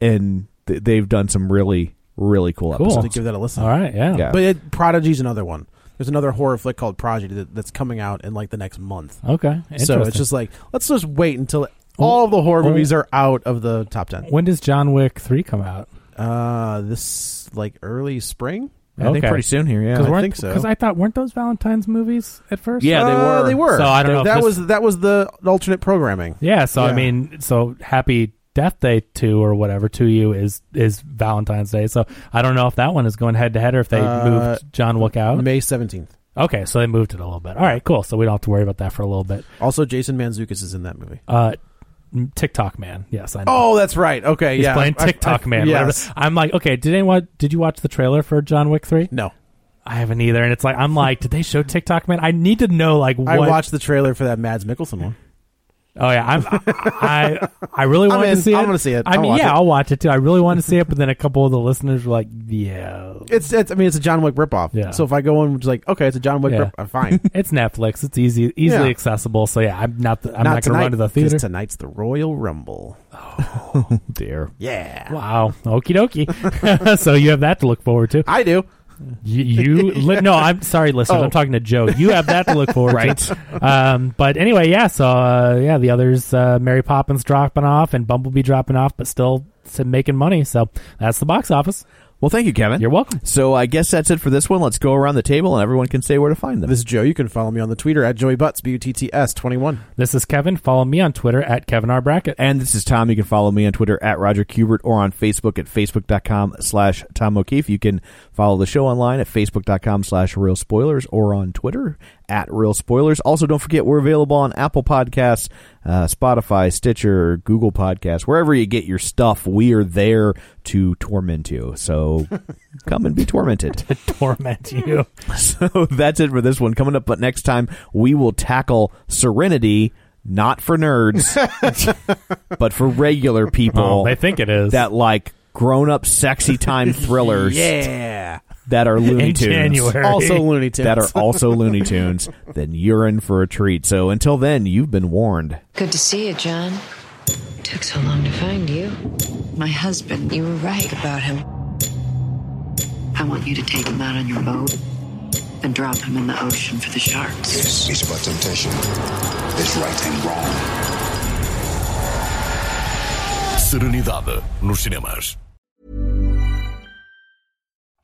and th- they've done some really really cool,
Cool.
episodes.
to give that a listen.
All right, yeah.
Yeah.
But it, Prodigy's another one. There's another horror flick called Prodigy that, that's coming out in like the next month.
Okay.
So it's
interesting.
just like let's just wait until all the horror
Oh.
movies are out of the top ten.
when does John Wick three come out?
Uh, this like early spring.
I think
Okay.
pretty soon here. Yeah,
I
weren't-
think so.
Because I thought weren't those Valentine's movies at first?
Yeah, they
Uh,
were.
They were.
So I don't know if
That
this-
was that was the alternate programming.
Yeah. So I
Yeah.
mean, so Happy Death Day to or whatever to you is is Valentine's Day. So I don't know if that one is going head to head or if they
Uh,
moved John Wick out.
May seventeenth.
Okay, so they moved it a little bit. All right, cool. So we don't have to worry about that for a little bit.
Also, Jason Manzukis is in that movie.
Uh, TikTok man. Yes, I know.
Oh, that's right. Okay,
He's
yeah.
playing
I- I-
TikTok Man. whatever.
Yes.
I'm like, okay, did anyone did you watch the trailer for John Wick 3?
No,
I haven't either. And it's like I'm like, did they show TikTok Man? I need to know like what
I watched the trailer for that Mads Mikkelsen one.
Oh yeah, I'm, I I
<laughs>
really
I'm
want to
in.
see it.
I wanna see it.
I
I'll
mean,
watch
yeah,
it.
I'll watch it too. I really want to see it, but then a couple of the listeners were like, yeah,
It's, it's I mean it's a John Wick ripoff.
Yeah.
So if I go in, it's like okay, it's a John Wick.
Yeah.
Rip, I'm fine.
it's Netflix. It's easy, easily
Yeah.
accessible. So yeah, I'm not the, <laughs> I'm not, going
tonight,
to run to the
'cause
theater. Oh,
Tonight's the Royal Rumble. <laughs>
dear.
Yeah,
Wow, okie dokie. <laughs> so you have that to look forward to.
I do. <laughs>
You, you li- no, I'm sorry, listeners.
Oh.
I'm talking to Joe. You have that to look forward to. <laughs> Um, but anyway, yeah. So uh, yeah, the others, uh, Mary Poppins dropping off and Bumblebee dropping off, but still s- making money. So that's the box office.
Well, thank you, Kevin.
You're welcome.
So I guess that's it for this one. Let's go around the table and everyone can say where to find them.
This is Joe. You can follow me on the Twitter at Joey Butts B U T T S twenty one.
This is Kevin. Follow me on Twitter at Kevin R Brackett.
and this is Tom. You can follow me on Twitter at Roger Kubert or on Facebook at Facebook.com slash Tom O'Keefe. You can follow the show online at Facebook.com slash Real Spoilers or on Twitter at Real Spoilers. Also, don't forget we're available on Apple Podcasts, uh, Spotify, Stitcher, Google Podcasts, wherever you get your stuff. We are there to torment you. So <laughs> come and be tormented.
Torment <laughs> you.
So <laughs> that's it for this one. Coming up, but next time we will tackle Serenity, not
<laughs>
for nerds, but for regular people
Oh, they think it is.
that like grown-up
<laughs>
sexy time thrillers
Yeah.
that are Looney
In
Tunes.
January.
Also Looney Tunes.
That are also Looney Tunes, then you're in for a treat. So until then, you've been warned.
Good to see you, John. Took so long to find you. My husband, you were right about him. I want you to take him out on your boat and drop him in the ocean for the sharks.
This is about temptation. There's right and wrong.
Serenidad nos cinemas.